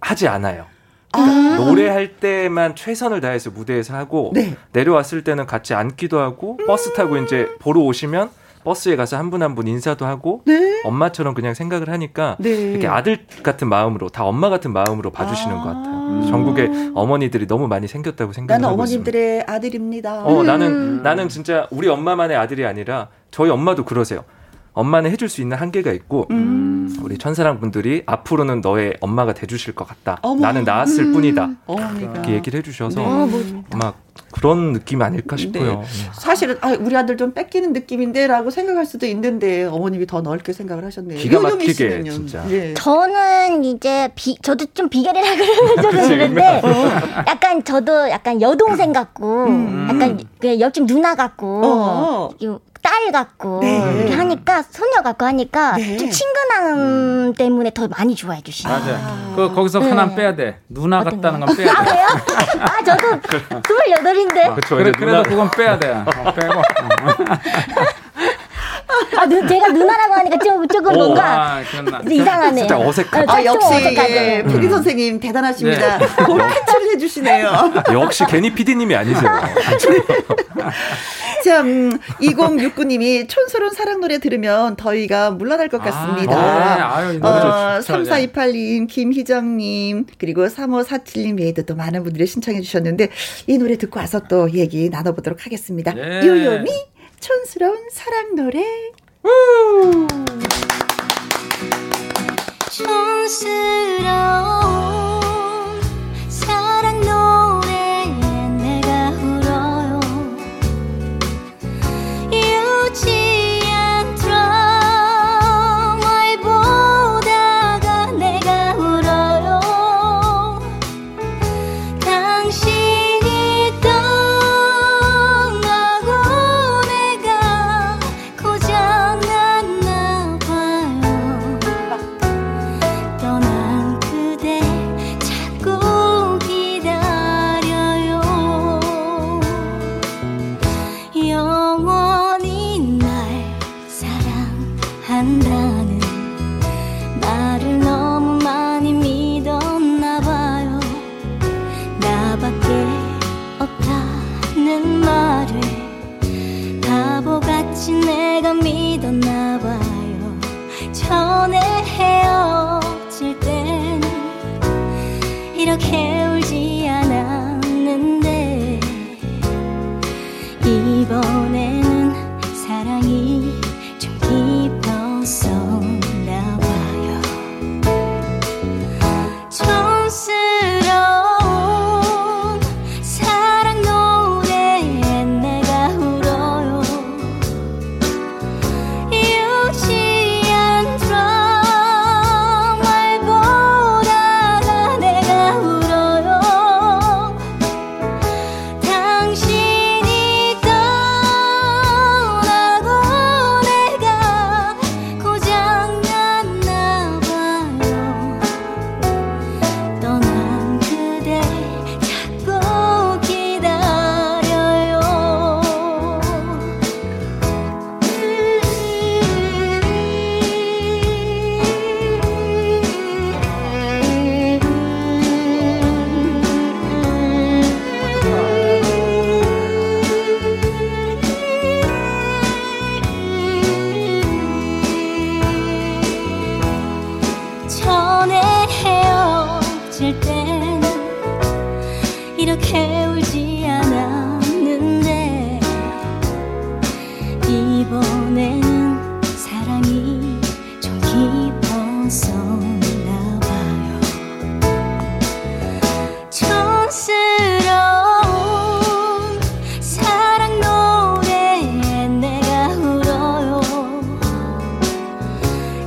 하지 않아요. 그러니까 노래할 때만 최선을 다해서 무대에서 하고 네. 내려왔을 때는 같이 앉기도 하고 음. 버스 타고 이제 보러 오시면 버스에 가서 한 분 한 분 인사도 하고 네. 엄마처럼 그냥 생각을 하니까 네. 이렇게 아들 같은 마음으로 다 엄마 같은 마음으로 봐주시는 것 같아요. 전국에 어머니들이 너무 많이 생겼다고 생각을 나는 음. 하고 있습니다. 어머님들의 아들입니다. 어, 나는, 나는 진짜 우리 엄마만의 아들이 아니라 저희 엄마도 그러세요. 엄마는 해줄 수 있는 한계가 있고, 음. 우리 천사랑 분들이 앞으로는 너의 엄마가 돼주실 것 같다. 어머. 나는 나았을 음. 뿐이다. 어머니가. 그러니까. 이렇게 얘기를 해주셔서 아, 뭐, 막 그런 느낌 아닐까 싶어요. 사실은 아, 우리 아들 좀 뺏기는 느낌인데라고 생각할 수도 있는데 어머님이 더 넓게 생각을 하셨네요. 기가 요요미 막히게, 씨는요? 진짜. 예. 저는 이제 비, 저도 좀 비결이라 그러면 좀 그런데 어. 약간 저도 약간 여동생 같고 약간 음. 그 옆집 누나 같고 음. 어. 이딸 같고 네. 이렇게 하니까 소녀 같고 하니까 네. 좀 친근함 음. 때문에 더 많이 좋아해 주시는 맞아요. 그 거기서 네. 하나 빼야 돼. 누나 같다는 건 빼야 아 돼. 그래요? 아 저도 28인데 아, 그쵸, 그래, 이제 그래도 누나, 그건 빼야 돼. 어, 빼고. 아 누- 제가 누나라고 하니까 좀, 조금 뭔가 아, 그랬나. 이상하네요 진짜 어색하다. 어, 아, 역시 예, 어색하죠. 피디 선생님 대단하십니다. 네. 뭘 캐치를 해주시네요. 아, 역시 괜히 피디님이 아니세요. 참, 2069님이 촌스러운 사랑 노래 들으면 더위가 물러날 것 같습니다. 아, 네. 아유, 어, 너무 좋죠. 진짜. 3428님, 김희정님, 그리고 3547님 외에도 또 많은 분들이 신청해 주셨는데, 이 노래 듣고 와서 또 얘기 나눠보도록 하겠습니다. 네. 요요미, 촌스러운 사랑 노래. 촌스러운 사랑 노래에 내가 울어요 유치한 드라마에 보다가 내가 울어요 당신이 떠나고 내가 고장났나 봐요 떠난 그대 자꾸 기다려요 영원히 날 사랑한다는 말을 너무 많이 믿었나 봐요 나밖에 없다는 말을 바보같이 내가 믿었나 봐요 전에 헤어질 땐 이렇게 울지 않았는데 이번에는 사랑이 좀 깊었었나 봐요 촌스러운 사랑 노래에 내가 울어요 유치한 드라마에 보다가 내가 울어요 있을 땐 이렇게 울지 않았는데 이번에는 사랑이 좀 깊어서 나와요 촌스러운 사랑 노래에 내가 울어요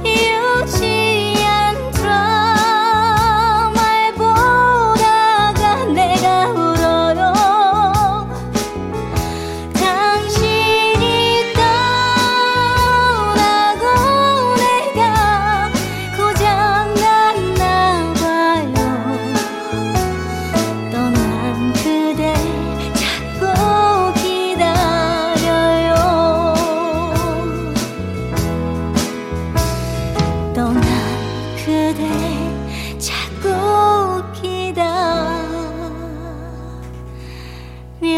유치한 드라마에 보다가 내가 울어요 당신이 떠나고 내가 고장났나 봐요 떠난 그대 자꾸 기다려요 떠난 그대 자꾸 기다려요 네.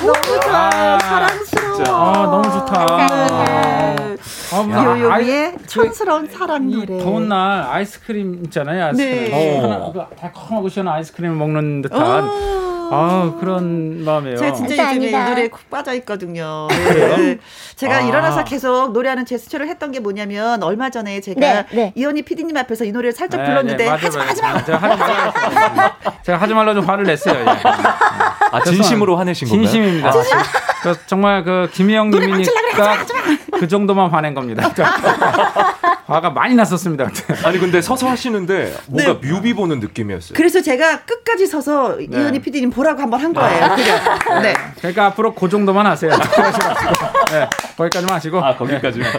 너무 좋아. 아, 사랑스러워. 아, 너무 좋다. 네. 아, 뭐, 요요미의 아이- 촌스러운 사랑 이 노래. 더운 날 아이스크림 있잖아요. 아이스크림. 어. 네. 시원한, 그 달콤하고 시원한 아이스크림 먹는 듯한 아 그런 마음이에요. 어. 제가 진짜 진짜 요즘에 이 아니다. 노래에 콕 빠져 있거든요. 네. 제가 아. 일어나서 계속 노래하는 제스처를 했던 게 뭐냐면 얼마 전에 제가 네, 네. 이현희 PD님 앞에서 이 노래를 살짝 네, 불렀는데 네, 맞아요, 하지 마, 맞아요. 하지 마. 제가 하지 말라. 제가 하지 말라 좀 화를 냈어요. 예. 아, 진심으로 화내신 건가요? 아, 진심입니다. 그래서 정말 그 김희영님이니까 그 정도만 화낸 겁니다. 화가 많이 났었습니다. 그때. 아니 근데 서서 하시는데 뭔가 뮤비 보는 느낌이었어요. 네. 그래서 제가 끝까지 서서 이현희 PD님 보라고 한번 한 거예요. 그냥. 네. 그러니까 앞으로 그 정도만 하세요. 네, 거기까지만 하시고. 아 거기까지만.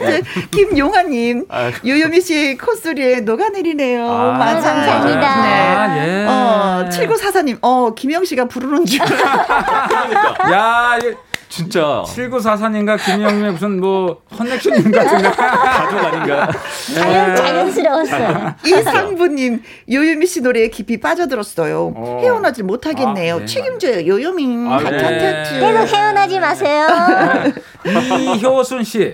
네. 김용아님, 아, 유유미 씨 콧소리에 녹아내리네요. 아, 맞아요. 감사합니다. 네. 아, 예. 어, 7944님, 어, 김영 씨가 부르는 줄. 야, 진짜 7944님과 김희영님의 무슨 뭐 커넥션인 같은데. 가족 아닌가? 자연, 자연스러웠어요. 이상부님, 요요미 씨 노래에 깊이 빠져들었어요. 어. 헤어나질 못하겠네요. 아, 네, 책임져요, 요요미. 아, 괜찮겠지. 네. 계속 헤어나지 마세요. 이효순 씨,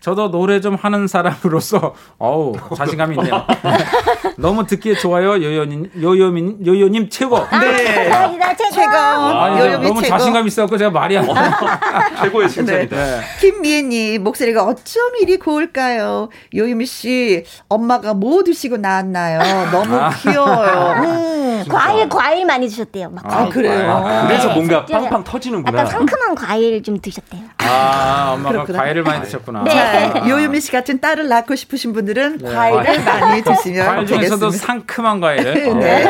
저도 노래 좀 하는 사람으로서 어우 자신감이 있네요. 너무 듣기에 좋아요, 요요님, 요요민, 요요님 최고. 네. 감사합니다. 최고. 최고. 아, 요요미 너무 최고. 아. 자신감 있어갖고 제가 말이 안 나. 최고의 네. 칭찬이다. 김미애님 목소리가 어쩜 이리 고울까요? 요유미 씨 엄마가 뭐 드시고 낳았나요? 너무 아. 귀여워요. 아, 음. 과일, 과일 많이 드셨대요. 막 아 과일. 그래요. 그래서 네, 뭔가 진짜. 빵빵 터지는구나. 약간 상큼한 과일 좀 드셨대요. 아, 엄마가 그렇구나. 과일을 많이 드셨구나. 네. 자, 요유미 씨 같은 딸을 낳고 싶으신 분들은 과일을 많이 드시면 과일 중에서도 되겠습니다. 상큼한 어, 과일. 네.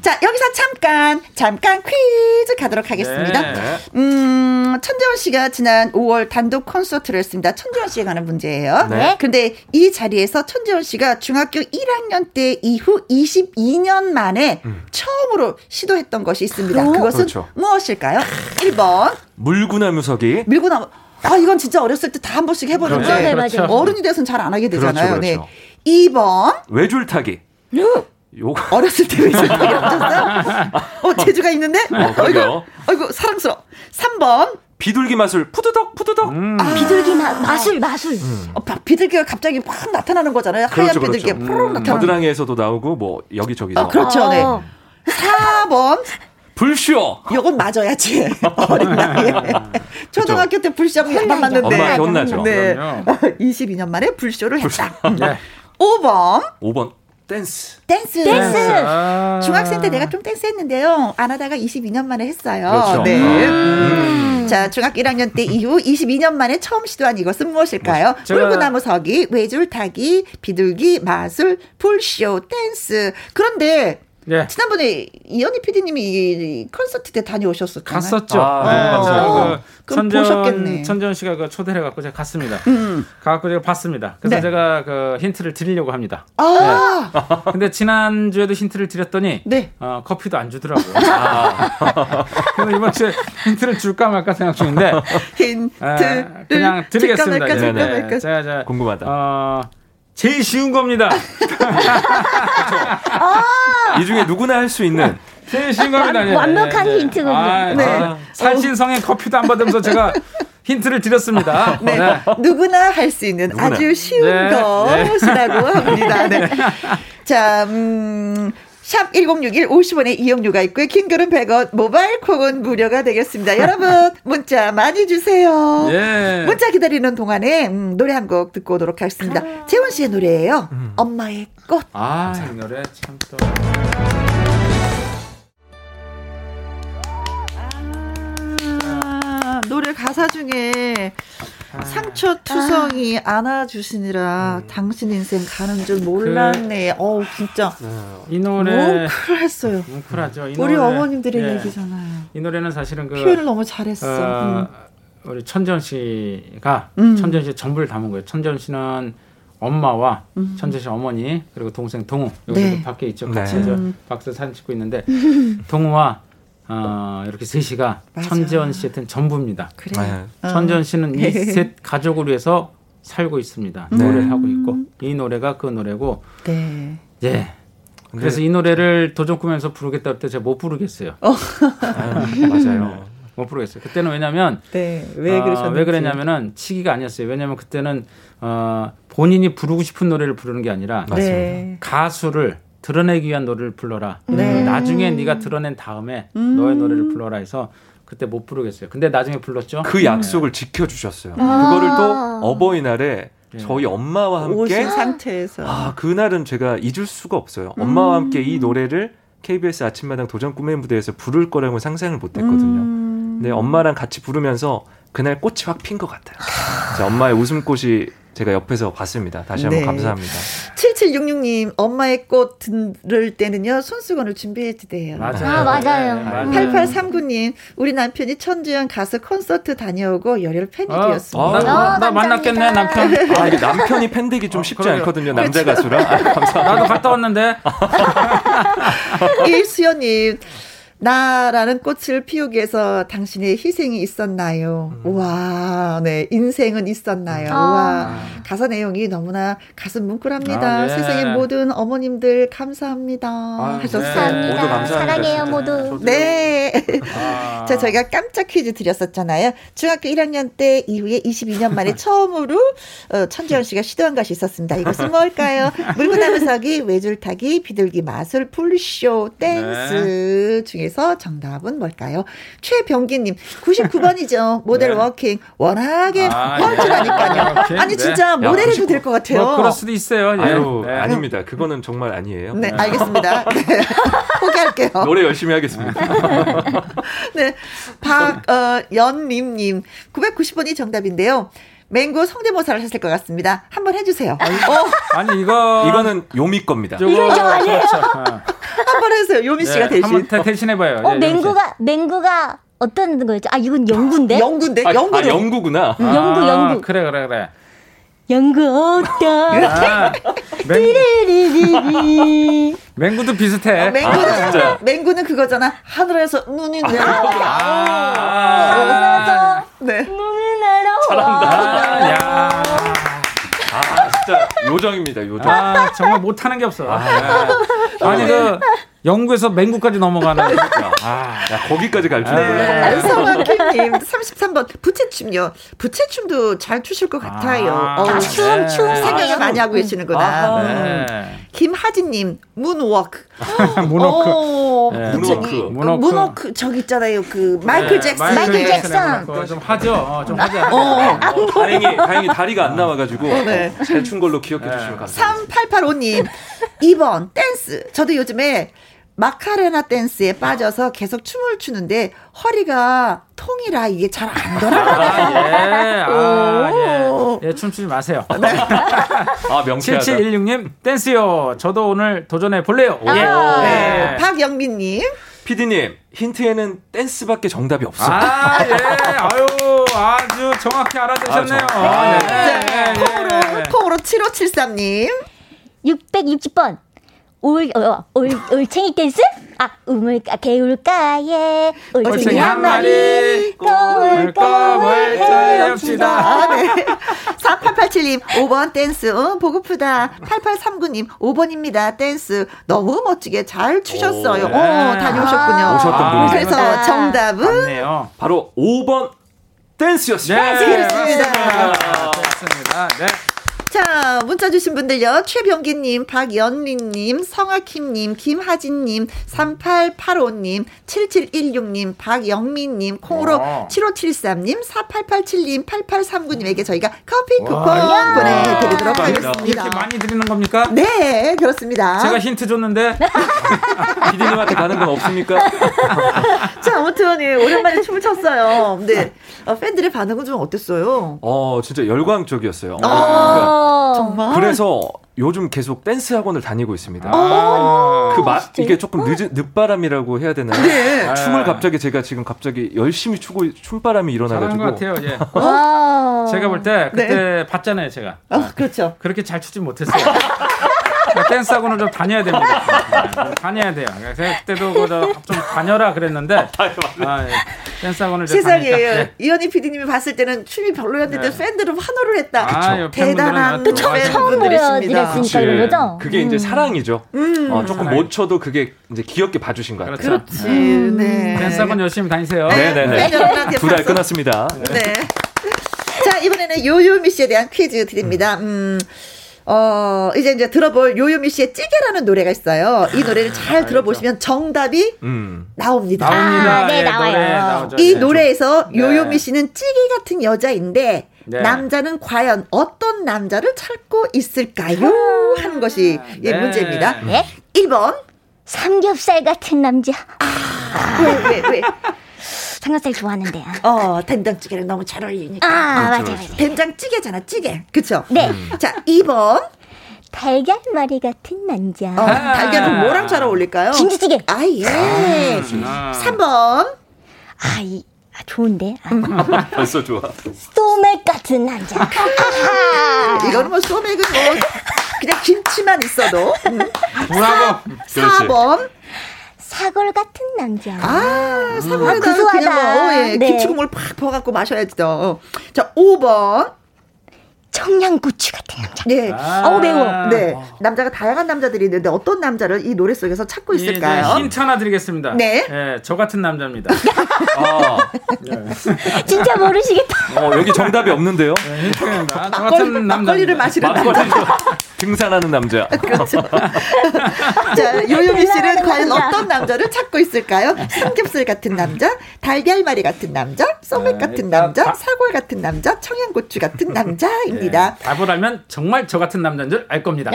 자, 여기서 잠깐, 잠깐 퀴즈 가도록 하겠습니다. 네. 음, 천재원 씨가 지난 5월 단독 콘서트를 했습니다. 천재원 씨에 관한 문제예요. 네. 근데 이 자리에서 천재원 씨가 중학교 1학년 때 이후 22년 만에 처음으로 시도했던 것이 있습니다. 그것은 그렇죠. 무엇일까요? 1번, 물구나 무석이. 밀고 나면, 아, 이건 진짜 어렸을 때 다 한 번씩 해보는데. 그렇죠, 네, 맞아요. 어른이 돼서는 잘 안 하게 되잖아요. 그렇죠, 그렇죠. 네. 2번, 외줄타기. 네. 요거. 어렸을 때 왜 이렇게 없었어? 어, 재주가 있는데? 그러게요. 아이고, 아이고, 사랑스러워. 3번. 비둘기 마술 푸드덕 푸드덕. 음, 비둘기 마, 마술, 마술. 어, 바- 비둘기가 갑자기 팍 나타나는 거잖아요. 하얀 그렇죠, 비둘기가 그렇죠. 푸르륵 나타나는 겨드랑이에서도 나오고 뭐 여기저기서. 어, 그렇죠, 네. 어. 4번. 불쇼. 요건 맞아야지. 어린 나이에. 초등학교 때 불쇼하고 약간 맞는데. 그렇죠. 엄마 혼나죠. 네. 그럼요. 22년 만에 불쇼를 했다. 네. 5번. 5번 댄스. 댄스. 댄스. 아. 중학생 때 내가 좀 댄스 했는데요. 안 하다가 22년 만에 했어요. 그렇죠. 네. 음. 자, 중학교 1학년 때 이후 22년 만에 처음 시도한 이것은 무엇일까요? 제가- 물구나무 서기, 외줄 타기, 비둘기, 마술, 풀쇼, 댄스. 그런데 네. 지난번에 이현희 PD님이 이 콘서트 때 다녀오셨었잖아요. 갔었죠. 아, 네, 네, 제가 맞아요. 그 그럼 보셨겠네. 천재원 천재원 씨가 그 초대를 갖고 제가 갔습니다. 가갖고 제가 봤습니다. 그래서 네. 제가 그 힌트를 드리려고 합니다. 아, 네. 근데 지난 주에도 힌트를 드렸더니 네. 어, 커피도 안 주더라고요. 아. 그래서 이번 주에 힌트를 줄까 말까 생각 중인데 아, 힌트를 그냥 줄까 드리겠습니다. 말까 네, 줄까 네. 말까. 제가 제가 궁금하다. 어, 제일 쉬운 겁니다. 아. 이 중에 누구나 할 수 있는 제일 쉬운 겁니다. 예, 완벽한 예, 예. 힌트군요. 아, 네. 진짜. 살신성에 커피도 안 받으면서 제가 힌트를 드렸습니다. 네. 네. 누구나 할 수 있는 누구나. 아주 쉬운 네, 것이라고 합니다. 네. 자, 음. 샵 1061 50원의 이용료가 있고요. 킹글은 100원, 모바일 콩은 무료가 되겠습니다. 여러분, 문자 많이 주세요. 예. 문자 기다리는 동안에 음, 노래 한 곡 듣고 오도록 하겠습니다. 재원 씨의 노래예요. 엄마의 꽃. 아, 이 노래 참 또. 아, 노래 가사 중에 상처 투성이 안아주시니라 당신 인생 가는 줄 몰랐네. 어우 진짜 이 너무 노래 쿨했어요. 뭉클하죠. 네. 이 뭐? 우리 노래. 어머님들의 예. 얘기잖아요. 이 노래는 사실은 그 표현을 너무 잘했어. 어, 음. 우리 천재원 씨가 천재원 씨의 전부를 담은 거예요. 천재원 씨는 엄마와 천재 씨 어머니 그리고 동생 동우 여기도 음. 네. 음. 밖에 있죠. 같이 네. 저 박수 사진 찍고 있는데 동우와 어, 이렇게 셋이가 맞아. 천재원 씨한테는 전부입니다. 그래. 아, 어. 천재원 씨는 이 셋 가족을 위해서 살고 음. 있습니다. 노래를 하고 있고 이 노래가 그 노래고 네. 예. 그래서 이 노래를 도전 꾸면서 부르겠다 할 때 제가 못 부르겠어요. 맞아요. 못 부르겠어요. 그때는 왜냐면 네. 왜 아, 그러셨는지. 왜 그랬냐면은 치기가 아니었어요. 왜냐면 그때는 어, 본인이 부르고 싶은 노래를 부르는 게 아니라 네. 가수를 드러내기 위한 노래를 불러라. 음. 네. 나중에 네가 드러낸 다음에 너의 노래를 불러라 해서 그때 못 부르겠어요. 근데 나중에 불렀죠. 음. 네. 그 약속을 아. 지켜주셨어요. 그거를 또 어버이날에 저희 엄마와 함께 오신 상태에서 음. 아 그날은 제가 잊을 수가 없어요. 엄마와 함께 이 노래를 KBS 아침마당 도전 꿈의 무대에서 부를 거라고 상상을 못했거든요. 음. 근데 엄마랑 같이 부르면서 그날 꽃이 확 핀 것 같아요. 진짜 엄마의 웃음꽃이 제가 옆에서 봤습니다. 다시 한번 네. 감사합니다. 7766님 엄마의 꽃 들을 때는요 손수건을 준비해주대요. 아, 맞아요. 네, 맞아요. 8839님, 우리 남편이 천주연 가수 콘서트 다녀오고 열혈 팬이었습니다. 어, 나, 나, 나 감사합니다. 만났겠네 남편. 아, 이게 남편이 팬되기 좀 쉽지 그러게요. 않거든요. 남자 가수랑. 아, 감사합니다. 나도 갔다 왔는데. 일수연님, 나라는 꽃을 피우기 위해서 당신의 희생이 있었나요? 음. 와, 네, 인생은 음. 있었나요? 아. 와, 가사 내용이 너무나 가슴 뭉클합니다. 아, 네. 세상의 모든 어머님들 감사합니다. 하셨어요. 네. 모두 감사합니다, 사랑해요 진짜. 모두. 네. 아. 자, 저희가 깜짝 퀴즈 드렸었잖아요. 중학교 1학년 때 이후에 22년 만에 처음으로 어, 천재현 씨가 시도한 것이 있었습니다. 이것은 뭘까요? 물구나무서기, 외줄타기, 비둘기 마술, 풀쇼, 네. 댄스 중에서 정답은 뭘까요? 최병기님, 99번이죠. 모델 네. 워킹. 워낙에 아, 예. 뻘쭘하니까요. 워킹, 아니, 네. 진짜 모델해도 될 것 같아요. 뭐 그럴 수도 있어요. 예. 아유, 네. 아닙니다. 그거는 정말 아니에요. 네, 알겠습니다. 네. 포기할게요. 노래 열심히 하겠습니다. 네. 어, 박연림님, 990번이 정답인데요. 맹고 성대모사를 하실 것 같습니다. 한번 해주세요. 어, 아니 이거 이거는 요미 겁니다. 이거 좀 아니에요. 네. 한번 해주세요. 요미 씨가 대신. 한번 대신해 봐요. 예, 어 맹구가 맹구가 어떤 거였죠? 아 이건 네? 영구인데. 아. 영구인데? 아, 영구로. 아, 영구구나. 영구 영구 그래 그래 그래. 영구 네. 어떤 아, 맹, 띠리리리리. 맹구도 비슷해. 어, 맹구는, 아, 진짜. 맹구는 그거잖아. 하늘에서 눈이 내려와. 아, 네. 눈을 날아와. 아, 야. 아, 진짜 요정입니다, 요정. 아, 정말 못하는 게 없어. 아, 아니 그 영구에서 맹구까지 넘어가는. 아, 야, 거기까지 갈 줄 네. 몰라. 안성환킴님 33번 부채춤요. 부채춤도 잘 추실 것 같아요. 아, 어우, 네. 춤, 춤. 생각을 많이 하고 계시는구나. 네. 어. 아, 김하진님 문워크. 문워크. 어, 네. 저기, 문워크. 문워크. 문워크 저기 있잖아요. 그 네, 마이클 잭슨. 마이클 잭슨. 그거 좀 하죠. 어, 좀 하죠. 어, 다행히, 다행히 다리가 안 나와가지고 네. 어, 잘춘 걸로 기억해 주시면 감사합니다. 3885님 2번 댄스 저도 요즘에 마카레나 댄스에 빠져서 계속 춤을 추는데 허리가 통이라 이게 잘 안 돌아가요. 아, 예. 아, 오. 예. 예, 춤추지 마세요. 아, 명쾌하다. 7716님, 댄스요. 저도 오늘 도전해 볼래요. 예. 네. 예. 박영민님. 피디님, 힌트에는 댄스밖에 정답이 없어. 아, 예. 아유, 아주 정확히 알아주셨네요. 아, 아, 자, 콩으로, 예, 예. 콩으로 7573님. 660번. 올, 어, 올, 올챙이 댄스? 아, 우물가, 개울가에 올챙이 한 마리, 꿈을 꿈을 꿈을 꿈을 헤엄치다. 헤엄치다. 아, 네. 4887님, 5번 댄스, 응, 보고프다. 8839님, 5번입니다. 댄스. 너무 멋지게 잘 추셨어요. 오, 오, 네. 다녀오셨군요. 오셨던 아, 분이네요. 그래서 정답은 맞네요. 네. 바로 5번 댄스였습니다. 그렇습니다. 맞습니다. 됐습니다. 네. 자, 문자 주신 분들요. 최병기님, 박연린님, 성아킴님, 김하진님, 3885님, 7716님, 박영민님, 콩으로 와. 7573님, 4887님, 8839님에게 저희가 커피 쿠폰 야. 네, 보내드리도록 감사합니다. 아, 이렇게 하겠습니다. 많이 드리는 겁니까? 네, 그렇습니다. 제가 힌트 줬는데. 네. 피디님한테 가는 건 없습니까? 자, 아무튼, 예, 오랜만에 춤을 췄어요. 네. 어, 팬들의 반응은 좀 어땠어요? 어, 진짜 열광적이었어요. 어, 정말? 그래서 요즘 계속 댄스 학원을 다니고 있습니다. 아, 그 마, 이게 조금 늦, 늦바람이라고 해야 되나요? 네. 춤을 갑자기 제가 지금 갑자기 열심히 추고 춤바람이 잘하는 일어나가지고 것 같아요. 예. 와. 제가 볼 때 그때 네. 봤잖아요, 제가. 어, 그렇죠. 그렇게 잘 추진 못했어요. 그러니까 댄스 학원을 좀 다녀야 됩니다. 네, 다녀야 돼요. 그래서 그때도 그저 좀 다녀라 그랬는데 아, 예. 댄스 학원을 좀 세상에 다니까. 네. 이현희 PD님이 봤을 때는 춤이 별로였는데 네. 팬들은 환호를 했다. 아유, 팬분들은 대단한 또 처음- 처음 팬분들이십니다. 보여드렸으니까 그런 거죠? 그게 이제 사랑이죠. 어, 조금 사랑. 못 쳐도 그게 이제 귀엽게 봐주신 것 같아요. 그렇죠. 네. 음. 네. 댄스 학원 열심히 다니세요. 팬 네네네. 여러분한테 그렇죠. 두 달 박수. 끝났습니다. 네. 자 이번에는 요요미 씨에 대한 퀴즈 드립니다. 음. 어, 이제 이제 들어볼 요요미 씨의 찌개라는 노래가 있어요. 이 노래를 잘 들어보시면 정답이 음. 나옵니다. 나옵니다. 아, 네, 예, 나와요. 노래 나오죠. 이 네. 노래에서 네. 요요미 씨는 찌개 같은 여자인데 네. 남자는 과연 어떤 남자를 찾고 아. 있을까요? 하는 것이 예, 네. 문제입니다. 예? 1번. 삼겹살 같은 남자. 아, 왜, 왜, 왜? 삼겹살 좋아하는데. 어, 된장찌개랑 너무 잘 어울리니까. 아, 맞아요. 맞아요. 된장찌개잖아, 찌개. 그쵸? 네. 음. 자, 2번. 달걀말이 같은 남자. 어, 달걀은 뭐랑 잘 어울릴까요? 김치찌개. 아, 예. 아. 아. 3번. 아, 이, 아, 좋은데. 아, 벌써 좋아. 소맥 같은 남자. 아, 아하. 이거는 뭐 소맥은 뭐, 그냥 김치만 있어도. 음. 브라보. 4번. 사골 같은 남자. 아, 사과에다가 음. 구수하다. 그냥 뭐, 예, 네. 김치국물 팍 퍼갖고 마셔야지, 또. 어. 자, 5번. 청양고추 같은 남자. 예. 아. 어우, 매워. 네. 남자가 다양한 남자들이 있는데 어떤 남자를 이 노래 속에서 찾고 예, 이제 있을까요? 힌트 하나 드리겠습니다. 네. 예, 저 같은 남자입니다. 네, 아, 진짜 모르시겠다. 어, 여기 정답이 없는데요. 예, 힌트입니다. 저 막걸리, 같은 남자. 막걸리를 마시는 남자. 막걸리 등산하는 남자. 네. 그렇죠. 자, 요요미 씨는 대단한 과연 남자. 어떤 남자를 찾고 있을까요? 삼겹살 같은 남자, 달걀말이 같은 남자, 소맥 아, 같은 일단 남자, 다- 사골 같은 남자, 청양고추 같은 예. 남자입니다. 예, 아, 답을 알면 정말 저 같은 남자인 줄 알 겁니다.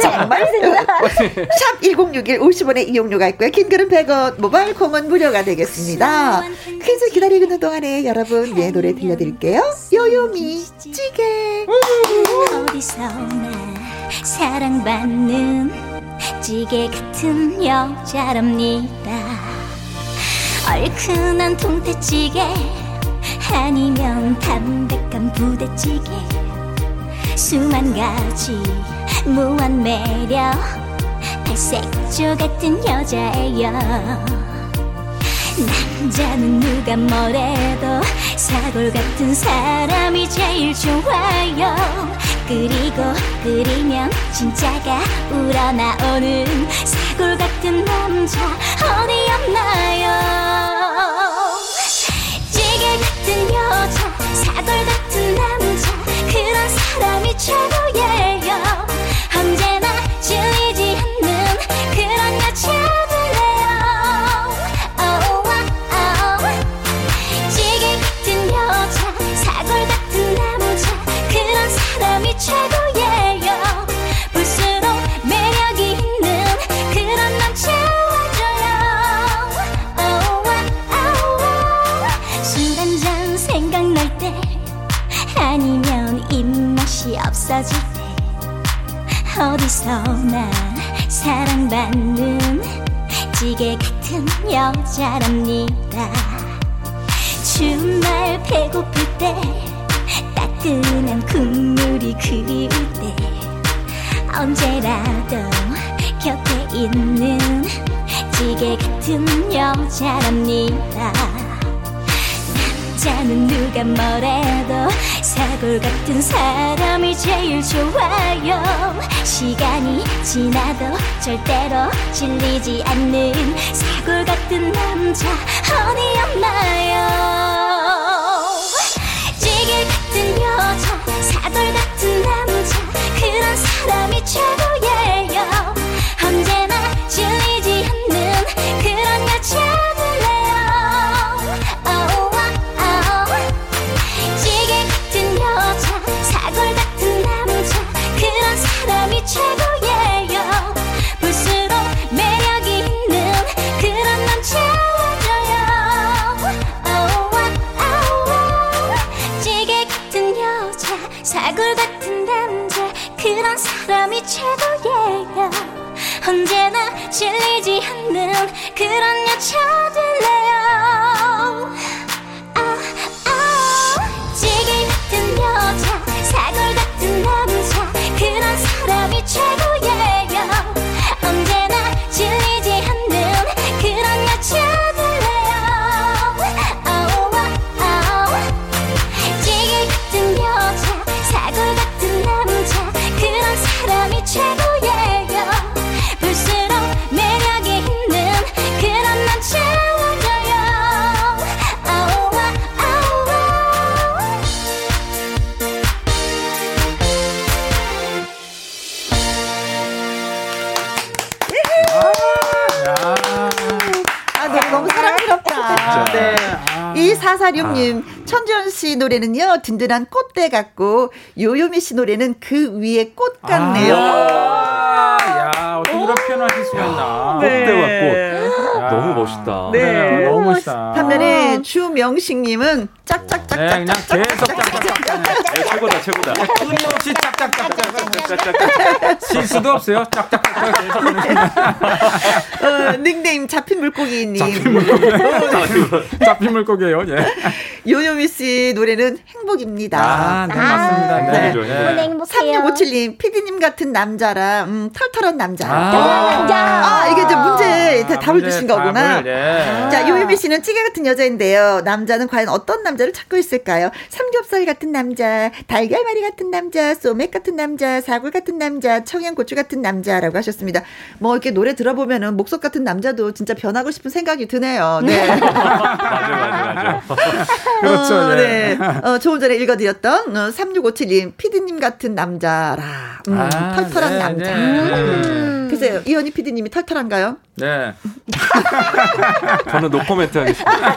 정말 네, 샵 1061, 50원의 이용료가 있고요. 긴글은 100원, 모바일 콩은 무료가 되겠습니다. 퀴즈 기다리는 동안에 여러분 예 노래 들려드릴게요. 요요미 찌개. 어디서나 사랑받는 찌개 같은 여자랍니다. 얼큰한 통태찌개 아니면 담백한 부대찌개 수만 가지 무한 매력 발색조 같은 여자예요. 남자는 누가 뭐래도 사골 같은 사람이 제일 좋아요 그리고 그리면 진짜가 우러나오는 사골 같은 남자 어디 없나요 찌개 같은 여자 사골 같은 남자 그런 사람이 최고예요 언제나 질리지 않는 그런 여자들래요 oh, oh, oh. 찌개 같은 여자 사골 같은 남자 그런 사람이 최고예요 볼수록 매력이 있는 그런 남자와 아니면 입맛이 없어질 때 어디서나 사랑받는 찌개 같은 여자랍니다 주말 배고플 때 따끈한 국물이 그리울 때 언제라도 곁에 있는 지게 같은 여자랍니다 남자는 누가 뭐래도 사골 같은 사람이 제일 좋아요 시간이 지나도 절대로 질리지 않는 사골 같은 남자 어디 없나요 찌개 같은 여자 사돌 같은 남자 그런 사람이 최고예요 언제나 질리지 않는 그런 여자들래요 oh, 찌개 같은 여자 사골 같은 남자 그런 사람이 최고예요 볼수록 매력이 있는 그런 남자와줘요 찌개 같은 여자 사골 같은 남자 그런 사람이 최고예요 언제나 질리지 않는 그런 여자 될래요 찌개 같은 여자 사골 같은 남자 그런 사람이 최고예요 언제나 질리지 않는 그런 여자들래요 찌개 같은 여자 사골 같은 남자 그런 사람이 최고예요 볼수록 매력이 있는 그런 남자와줘요 아우와 아우와 아, 노래 너무 사랑스럽다. 네. 이 446님, 천지연 씨 노래는요, 든든한 꽃대 같고, 요요미 씨 노래는 그 위에 꽃 같네요. 아, 야, 어떻게 이런 표현하실 수가 있나. 꽃대 야. 너무 멋있다. 네. 아. 네, 너무 멋있다. 반면에 주명식님은 짝짝짝. 네, 그냥 계속 짝짝짝. 네, 최고다, 최고다. 아, 끊임없이 짝짝짝짝짝짝짝. 실수도 없어요. 짝짝짝짝. 계속 어, 닉네임 잡힌 물고기님. 예. 잡힌 물고기예요. 예. 요요미 씨 노래는 행복입니다. 아, 네, 맞습니다. 네. 행복이죠, 오늘 네. 행복해요. 3657님, 피디님 같은 남자라, 음, 털털한 남자. 아, 아, 이게 이제 문제 다 답을 문제 주신 거구나. 답을, 네. 자, 요요미 씨는 찌개 같은 여자인데요. 남자는 과연 어떤 남자를 찾고 있을까요? 삼겹살 같은 남자, 달걀말이 같은 남자, 소맥 같은 남자, 사골 같은 남자, 청양고추 같은 남자라고 하셨습니다. 뭐 이렇게 노래 들어보면은 목석 같은 남자도 진짜 변하고 싶은 생각이 드네요. 네. 맞아, 맞아, 맞아. 네. 그렇죠. 어, 예. 네. 어, 조금 전에 읽어드렸던 어, 3657님, 피디님 같은 남자라. 음, 아, 털털한 네, 남자. 음. 네. 글쎄요, 이현희 피디님이 털털한가요? 네. 저는 노코멘트 하겠습니다.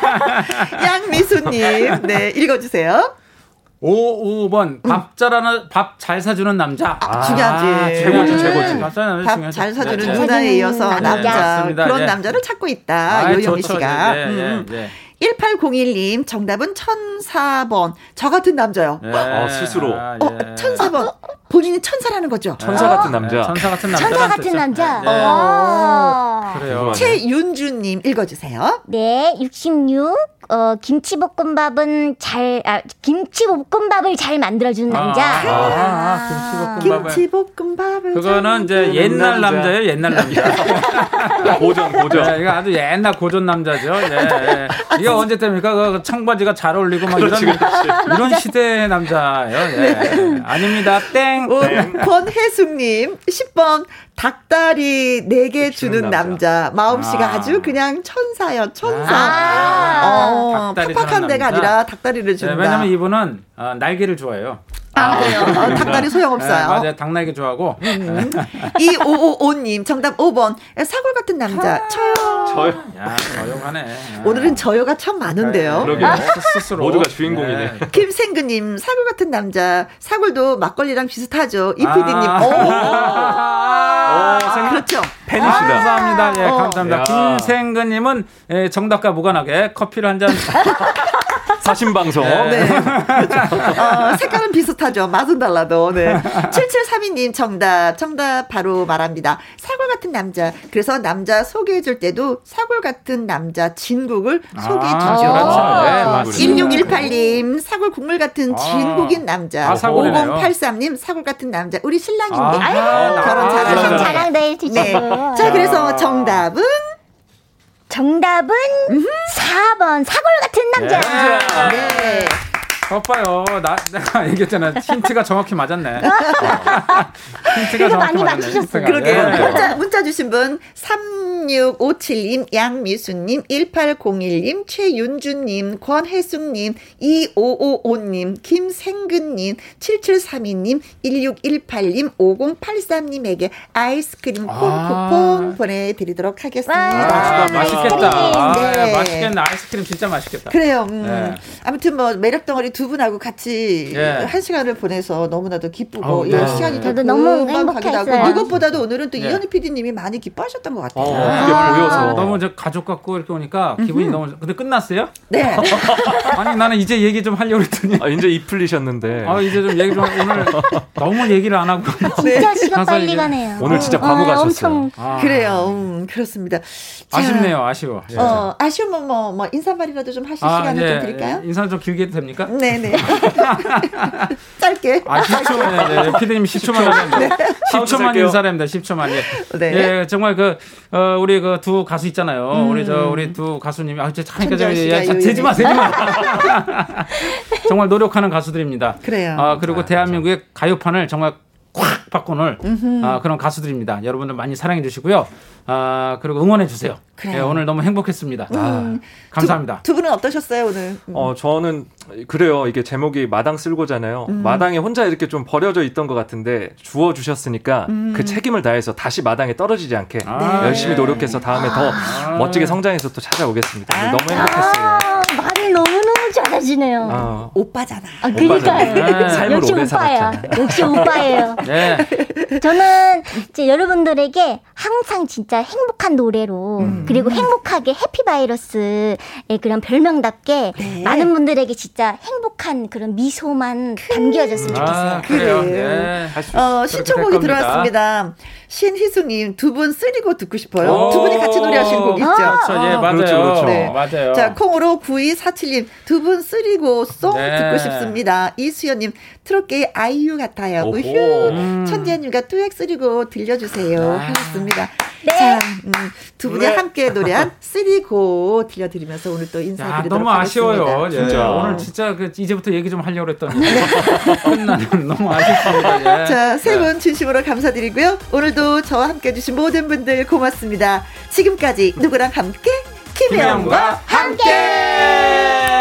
양미수님, 네, 읽어주세요. 5, 5번. 밥 잘하는, 밥 잘 사주는 남자. 아, 중요하지. 최고지, 최고지. 음. 밥 사주는 남자. 밥 중요하죠. 잘 사주는 네. 누나에 이어서 네, 남자 맞습니다. 그런 네. 남자를 찾고 있다 아, 요영미 좋죠. 씨가 네, 네, 음. 네. 1801님 정답은 1004번 저 같은 남자요 네. 어, 스스로. 아, 어, 예. 1004번 본인이 천사라는 거죠 천사 같은 네, 남자. 천사 같은 남자. 천사 같은 남자. 네. 어. 그래요. 최윤주님 읽어주세요 네, 66. 어, 김치볶음밥은 잘, 아, 김치볶음밥을 잘 만들어주는 남자. 아, 아, 아, 김치볶음밥을. 김치볶음밥을 그거는 잘 이제 옛날 남자. 남자예요, 옛날 남자. 고정, 네, 고정. 이거 아주 옛날 고전 남자죠. 예, 예. 이게 아, 언제 때입니까? 그 청바지가 잘 어울리고 막 이런, 이런 시대의 남자예요. 네. 예. 아닙니다. 땡. 어, 권혜숙님 10번 닭다리 4개 주는 주는 남자, 마음씨가 그렇죠, 아. 아. 주 그냥 천사요 천사 아. 어, 닭다리 팍팍한 주는 데가 남자. 아니라 닭다리를 예, 준다 왜냐면 이분은 어, 날개를 좋아해요. 아, 그래요. 아, 닭다리 예, 소용없어요. 맞아요. 닭날개 좋아하고. 2555님, 정답 5번. 사골 같은 남자, 저요. 저요. 야, 저용하네. 오늘은 저요가 참 네, 많은데요. 아. 그러게요. 스스로. 모두가 주인공이네. 김생근님, 사골 같은 남자. 사골도 막걸리랑 비슷하죠. 이 아. PD님. 아. 오. 그렇죠. 팬이시다. 감사합니다. 예, 어. 감사합니다. 야. 김생근님은 예, 정답과 무관하게 커피를 한 잔 사신 방송. 네. 어, 색깔은 비슷하죠. 맛은 달라도. 네. 7732님 정답. 정답 바로 말합니다. 사골 같은 남자. 그래서 남자 소개해 줄 때도 사골 같은 남자 진국을 아, 소개해 주죠. 아, 아. 그렇죠. 네, 맞습니다. 1618님 사골 국물 같은 아. 진국인 남자. 아, 사골이네요. 5083님 사골 같은 남자. 우리 신랑인데. 아, 아유, 나- 결혼 참 잘하셨네. 자랑될 주시고. 네. 아. 자, 그래서 정답은 정답은 4번 사골 같은 남자. 아, 네. 봐봐요. 예, 나, 내가 얘기했잖아. 힌트가 정확히 맞았네. 힌트가 아. 그래도 정확히 많이 맞았네. 맞추셨어요. 힌트가. 그러게요. 네. 문자, 문자 주신 분 3657님, 양미수님, 1801님, 최윤주님, 권혜숙님, 2555님, 김생근님, 7732님, 1618님, 5083님에게 아이스크림 콘 아. 쿠폰 보내드리도록 하겠습니다. 아, 진짜 맛있겠다. 아, 네. 맛있겠네. 아이스크림 진짜 맛있겠다. 그래요. 음. 네. 아무튼 뭐 매력 덩어리 두 분하고 같이 예. 한 시간을 보내서 너무나도 기쁘고 아우, 이 네. 시간이 더 저도 너무 금방가기도 하고 행복했어요. 이것보다도 오늘은 또 예. 이현희 PD님이 많이 기뻐하셨던 것 어, 같아요. 이게 보여서. 너무 저 가족 같고 이렇게 오니까 기분이 너무. 근데 끝났어요? 네. 아니 나는 이제 얘기 좀 하려고 했더니. 아, 이제 이 네. 풀리셨는데. 아 이제 좀 얘기 좀 오늘 너무 얘기를 안 하고. 진짜 시간 가서 빨리 이제- 가네요. 오늘 진짜 바보 아, 같았어요. 엄청 아, 네. 그래요. 음, 그렇습니다. 자, 아쉽네요. 아쉬워. 예. 어, 아쉬우면 뭐, 뭐 인사말이라도 좀 하실 시간을 예, 좀 드릴까요? 음. 예. 인사 좀 길게 해도 됩니까? 네네. 짧게. 아, 10초, 네, 네. 피디님 10초만 하면 돼요. 10초만 카운트 인사합니다. 10초만. 예. 네. 예, 정말 그, 어, 우리 그 두 가수 있잖아요. 우리 저, 우리 두 가수님이. 아, 진짜 참니까 좀, 음. 천정 씨가 예, 참, 요요미 되지 마, 되지 마. 정말 노력하는 가수들입니다. 그래요. 아, 그리고 대한민국의 가요판을 정말 콱 바꿔놓을 아, 그런 가수들입니다. 여러분들 많이 사랑해 주시고요. 아, 그리고 응원해 주세요. 그래요. 음. 예, 오늘 너무 행복했습니다. 아, 감사합니다. 두, 두 분은 어떠셨어요, 오늘? 음. 어, 저는 그래요. 이게 제목이 마당 쓸고잖아요. 마당에 혼자 이렇게 좀 버려져 있던 것 같은데 주워 주셨으니까 그 책임을 다해서 다시 마당에 떨어지지 않게 네. 아, 열심히 예. 노력해서 다음에 더 멋지게 성장해서 또 찾아오겠습니다. 오늘 너무 행복했어요. 아, 말을 너무너무 잘하시네요. 아, 아, 오빠잖아. 그러니까요. 네. 삶을 역시 오래 오빠예요. 살았잖아요. 역시 오빠예요. 네. 저는 이제 여러분들에게 항상 진짜 행복한 노래로 음. 그리고 행복하게 해피바이러스의 그런 별명답게 많은 분들에게 진짜 행복한 그런 미소만 담겨졌으면 좋겠어요. 아, 그래요. 그래요. 네. 어, 신청곡이 그렇게 될 들어왔습니다. 신희수님, 두 분 쓰리고 듣고 싶어요. 두 오. 분이 같이 노래하신 곡 있죠? 그렇죠. 예, 맞아요. 그렇죠, 그렇죠. 네. 맞아요. 자, 콩으로 9247님, 두 분 쓰리고 송 네. 듣고 싶습니다. 이수연님, 트롯계의 아이유 같아요. 오호. 우휴. 음. 아. 천재님과 뚜액 쓰리고 들려주세요. 하셨습니다. 네. 자, 음, 두 분이 네. 함께 노래한 쓰리고 들려드리면서 오늘 또 야, 인사드리도록 너무 하겠습니다. 아쉬워요. 진짜. 오늘 진짜 그 이제부터 얘기 좀 하려고 했더니 끝나는 너무 아쉽습니다. 예. 자, 세 분 진심으로 감사드리고요. 오늘도 저와 함께 해주신 모든 분들 고맙습니다. 지금까지 누구랑 함께? 김혜영과 함께.